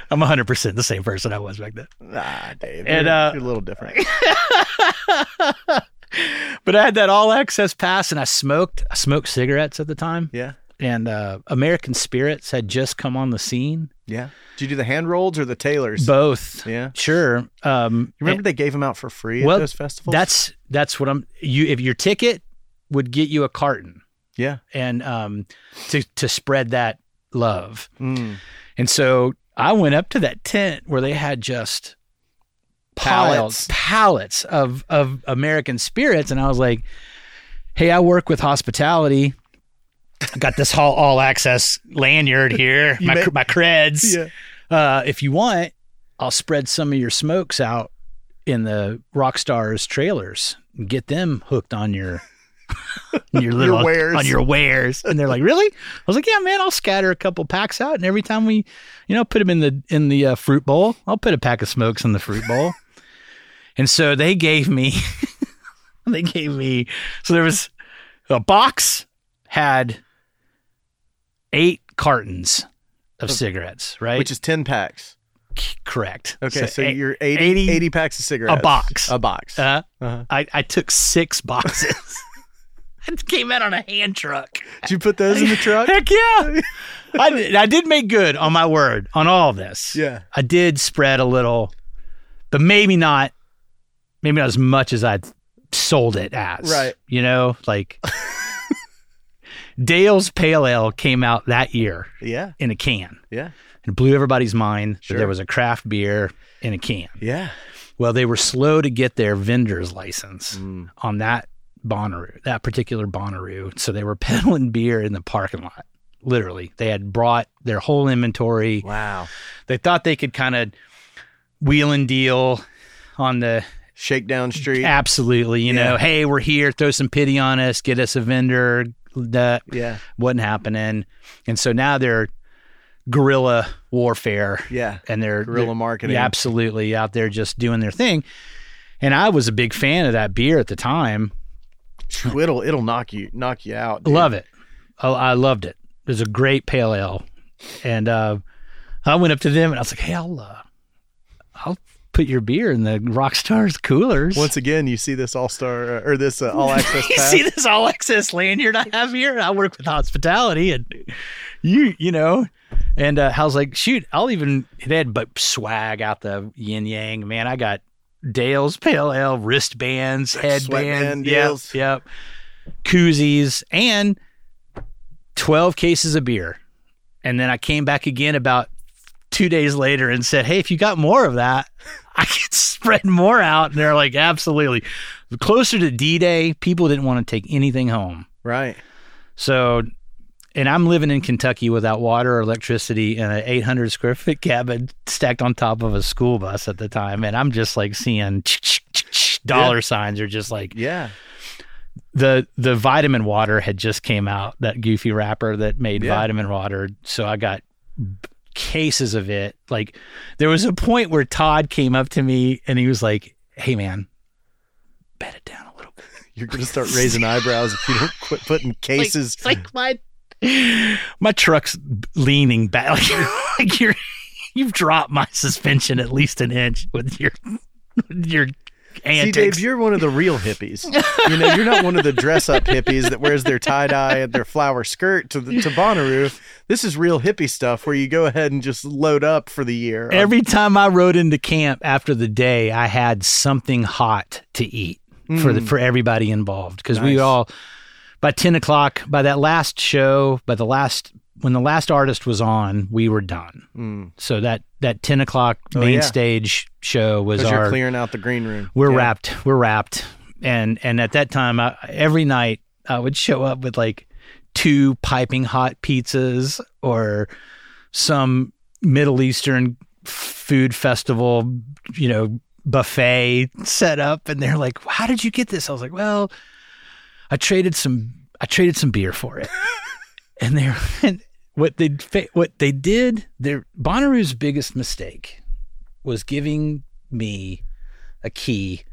I'm 100% the same person I was back then.
Nah, Dave.
And,
you're,
uh,
you're a little different.
But I had that all access pass and I smoked I smoked cigarettes at the time
yeah.
and uh, American Spirits had just come on the scene.
Yeah. Did you do the hand rolls or the tailors?
Both.
yeah.
Sure. Um
You remember they gave them out for free
Well,
at those festivals?
that's that's what I'm you if your ticket would get you a carton.
yeah.
and um, to to spread that love.
Mm.
And so I went up to that tent where they had just
Pallets.
piles, pallets of of American spirits, and I was like, "Hey, I work with hospitality. I got this all all access lanyard here,
You
my
may-
cr my creds.
Yeah.
Uh, if you want, I'll spread some of your smokes out." In the rock stars trailers, and get them hooked on your your little
wares.
on your wares, and they're like, "Really?" I was like, "Yeah, man, I'll scatter a couple packs out, and every time we, you know, put them in the in the uh, fruit bowl, I'll put a pack of smokes in the fruit bowl." and so they gave me, they gave me. So there was a box had eight cartons of cigarettes, right?
Which is 10 packs.
C- correct.
Okay. So,
eight-
you're 80, 80,
80
packs of cigarettes.
eh, box.
A box.
uh,
Uh-huh.
I I took six boxes. it came out on a hand truck.
Did you put those in the truck?
Heck yeah. I did, I did make good on my word on all of this.
Yeah.
I did spread a little, but maybe not, maybe not as much as I sold it as.
Right.
You know, like Dale's Pale Ale came out that year
Yeah.
in a can
Yeah.
and blew everybody's mind
Sure.
that there was a craft beer in a can.
Yeah.
Well, they were slow to get their vendor's license
Mm.
on that Bonnaroo, that particular Bonnaroo. So they were peddling beer in the parking lot. Literally, they had brought their whole inventory.
Wow.
They thought they could kind of wheel and deal on the
Shakedown Street.
absolutely, you know,
Yeah.
hey, we're here, throw some pity on us, get us a vendor. That
Yeah.
wasn't happening, and so now they're guerrilla warfare,
Yeah.
and they're
Guerrilla
they're-
marketing.
yeah, absolutely out there just doing their thing. And I was a big fan of that beer at the time.
It'll it'll knock you knock you out. dude.
Love it. I, I loved it. It was a great pale ale, and uh, I went up to them and I was like, "Hey, I'll, uh, I'll put your beer in the Rockstar's coolers."
Once again, you see this all star or this uh, all access
you
pass.
see this all access lanyard I have here? I work with hospitality, and you, you know, and uh, I was like, "Shoot, I'll even." They had but swag out the yin yang. Man, I got Dale's pale ale wristbands, headbands,
sweatband
yep,
deals.
yep. koozies, and 12 cases of beer. And then I came back again about two days later and said, Hey, if you got more of that, I could spread more out. And they're like, Absolutely. Closer to D Day, people didn't want to take anything home.
Right.
So, and I'm living in Kentucky without water or electricity in an 800 square foot cabin stacked on top of a school bus at the time. And I'm just like seeing dollar signs are just like
Yeah.
the the vitamin water had just came out that goofy wrapper that made
Yeah.
vitamin water so i got b- cases of it like there was a point where todd came up to me and he was like hey man bed it down a little bit
You're going to start raising eyebrows if you don't quit putting cases.
like, it's like my my truck's leaning back like, like you're you've dropped my suspension at least an inch with your with your
See, Dave,
antics
you're one of the real hippies. You know, you're not one of the dress-up hippies that wears their tie-dye and their flower skirt to the to Bonnaroo. This is real hippie stuff where you go ahead and just load up for the year.
Every time I rode into camp after the day, I had something hot to eat
Um,
for
mm,
the, for everybody involved because we
Nice.
all by ten o'clock by that last show by the last when the last artist was on, we were done.
Mm.
So that that ten o'clock
Oh,
main
yeah.
stage show was
'Cause you're
our
clearing out the green room.
we're
Yeah.
wrapped we're wrapped and and at that time I, every night i would show up with like two piping hot pizzas or some middle eastern food festival you know buffet set up and they're like how did you get this i was like well i traded some i traded some beer for it and they're and what they what they did their Bonnaroo's biggest mistake was giving me a key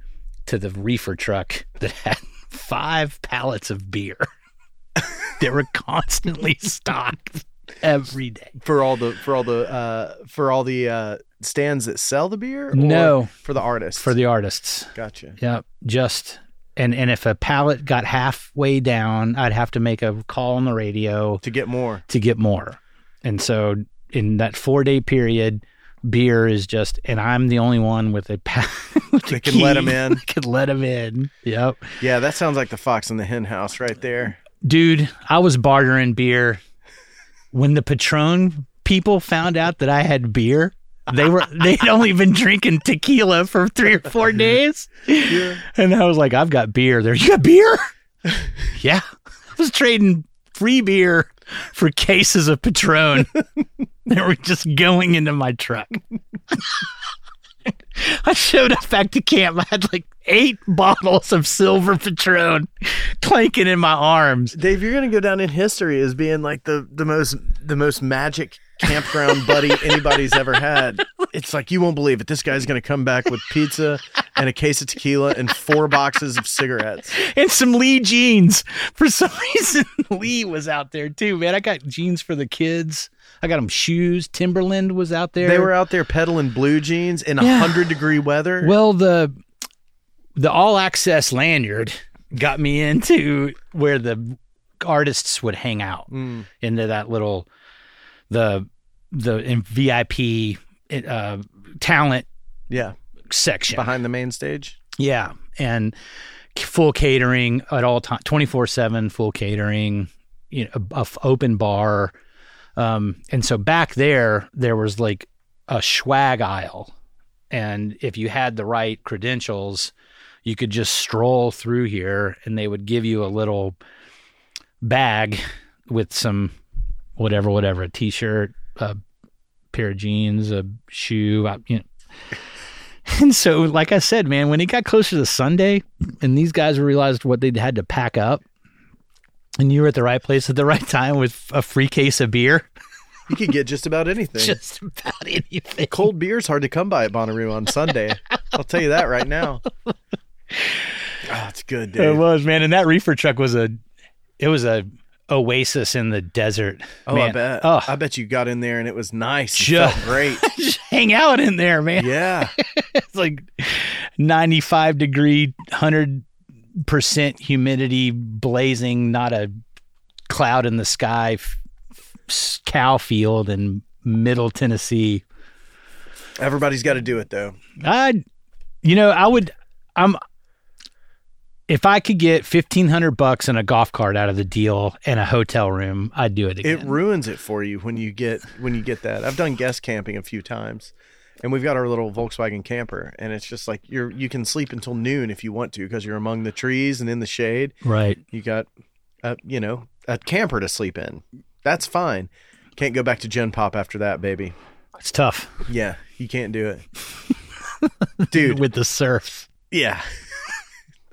to the reefer truck that had five pallets of beer that were constantly stocked every day.
for all the for all the uh for all the uh stands that sell the beer. or
No.
for the artists.
For the artists.
gotcha.
Yeah. Just and and if a pallet got halfway down, I'd have to make a call on the radio
To get more,
to get more. And so in that four day period, beer is just and I'm the only one with a pa- with
they can let 'em let them in.
Could let them in. Yep.
Yeah, that sounds like the fox in the hen house right there.
dude, I was bartering beer. When the Patron people found out that I had beer, they were they'd only been drinking tequila for three or four days,
Yeah.
and I was like, "I've got beer." There, you got beer? yeah, I was trading free beer for cases of Patron. they were just going into my truck. I showed up back to camp. I had like eight bottles of silver Patron clanking in my arms.
Dave, you're gonna go down in history as being like the the most the most magic campground buddy anybody's ever had. It's like you won't believe it. This guy's gonna come back with pizza and a case of tequila and four boxes of cigarettes.
and some Lee jeans. For some reason, Lee was out there too, man. I got jeans for the kids. I got them shoes. Timberland was out there.
They were out there peddling blue jeans in a
Yeah.
hundred degree weather.
well. The the all access lanyard got me into where the artists would hang out
Mm,
into that little the the in VIP uh, talent
yeah,
section.
behind the main stage.
Yeah, and c- full catering at all time, twenty four seven full catering, you know, a, a f- open bar, um, and so back there there was like a swag aisle, and if you had the right credentials, you could just stroll through here, and they would give you a little bag with some whatever, whatever, a t shirt, a pair of jeans, a shoe, I, you know, and so, like I said, man, when it got closer to Sunday and these guys realized what they'd had to pack up, and you were at the right place at the right time with a free case of beer,
You could get just about anything.
just about anything.
Cold beer's hard to come by at Bonnaroo on Sunday. I'll tell you that right now. Oh, it's good,
It
Dave.
was, man. And that reefer truck was a, it was a oasis in the desert.
Oh,
man.
I bet.
Oh,
I bet you got in there and it was nice. It
Ju-
felt great.
just hang out in there, man.
Yeah.
It's like 95 degree, 100% humidity, blazing, not a cloud in the sky, f- f- cow field in middle Tennessee.
Everybody's got to do it though.
I, you know, I would, I'm, if I could get fifteen hundred bucks and a golf cart out of the deal and a hotel room, I'd do it again.
It ruins it for you when you get when you get that. I've done guest camping a few times, and we've got our little Volkswagen camper, and it's just like you're you can sleep until noon if you want to because you're among the trees and in the shade.
right.
You got, a, you know, a camper to sleep in. That's fine. Can't go back to Gen Pop after that, baby.
It's tough
Yeah, you can't do it, dude.
with the surf.
Yeah.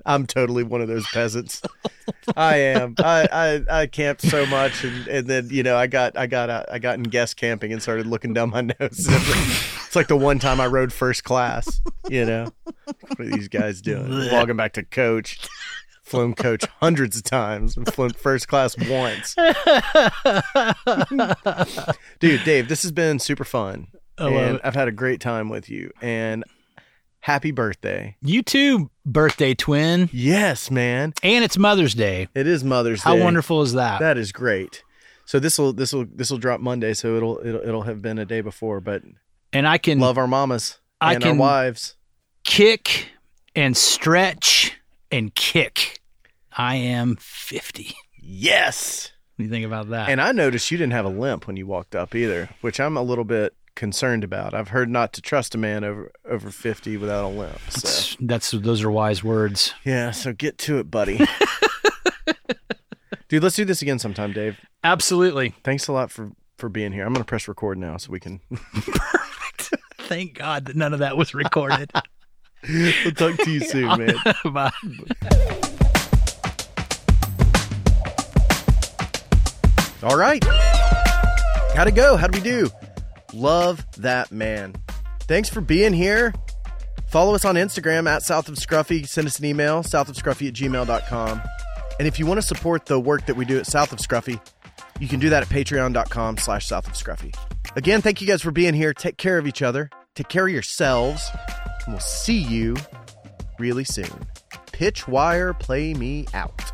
I'm totally one of those peasants. I am. I, I I camped so much, and, and then you know I got I got uh, I got in guest camping and started looking down my nose. it's like the one time I rode first class. You know, what are these guys doing? Logging back to coach. Flown coach hundreds of times and flown first class once. Dude, Dave, this has been super fun,
I love
and
it.
I've had a great time with you. And happy birthday!
You too, birthday twin,
Yes, man.
and it's Mother's Day.
It is Mother's
How
Day.
wonderful is that?
That is great. So this will this will this will drop Monday, so it'll it'll it'll have been a day before, but
and I can
love our mamas
I
and our
can-
wives.
kick and stretch and kick. I am fifty.
Yes.
What do you think about that?
And I noticed you didn't have a limp when you walked up either, which I'm a little bit concerned about. I've heard not to trust a man over over 50 without a limp. So
That's- That's those are wise words.
yeah, so get to it, buddy. Dude, let's do this again sometime, Dave.
Absolutely.
Thanks a lot for for being here. I'm going to press record now so we can
Thank God that none of that was recorded.
we'll talk to you soon, man.
Bye.
All right. How'd it go? How'd we do? Love that man. Thanks for being here. Follow us on Instagram at South of Scruffy. Send us an email, southofscruffy at gmail.com. And if you want to support the work that we do at South of Scruffy, you can do that at patreon.com slash south of Scruffy. Again, thank you guys for being here. Take care of each other. Take care of yourselves. And we'll see you really soon. Pitch wire, play me out.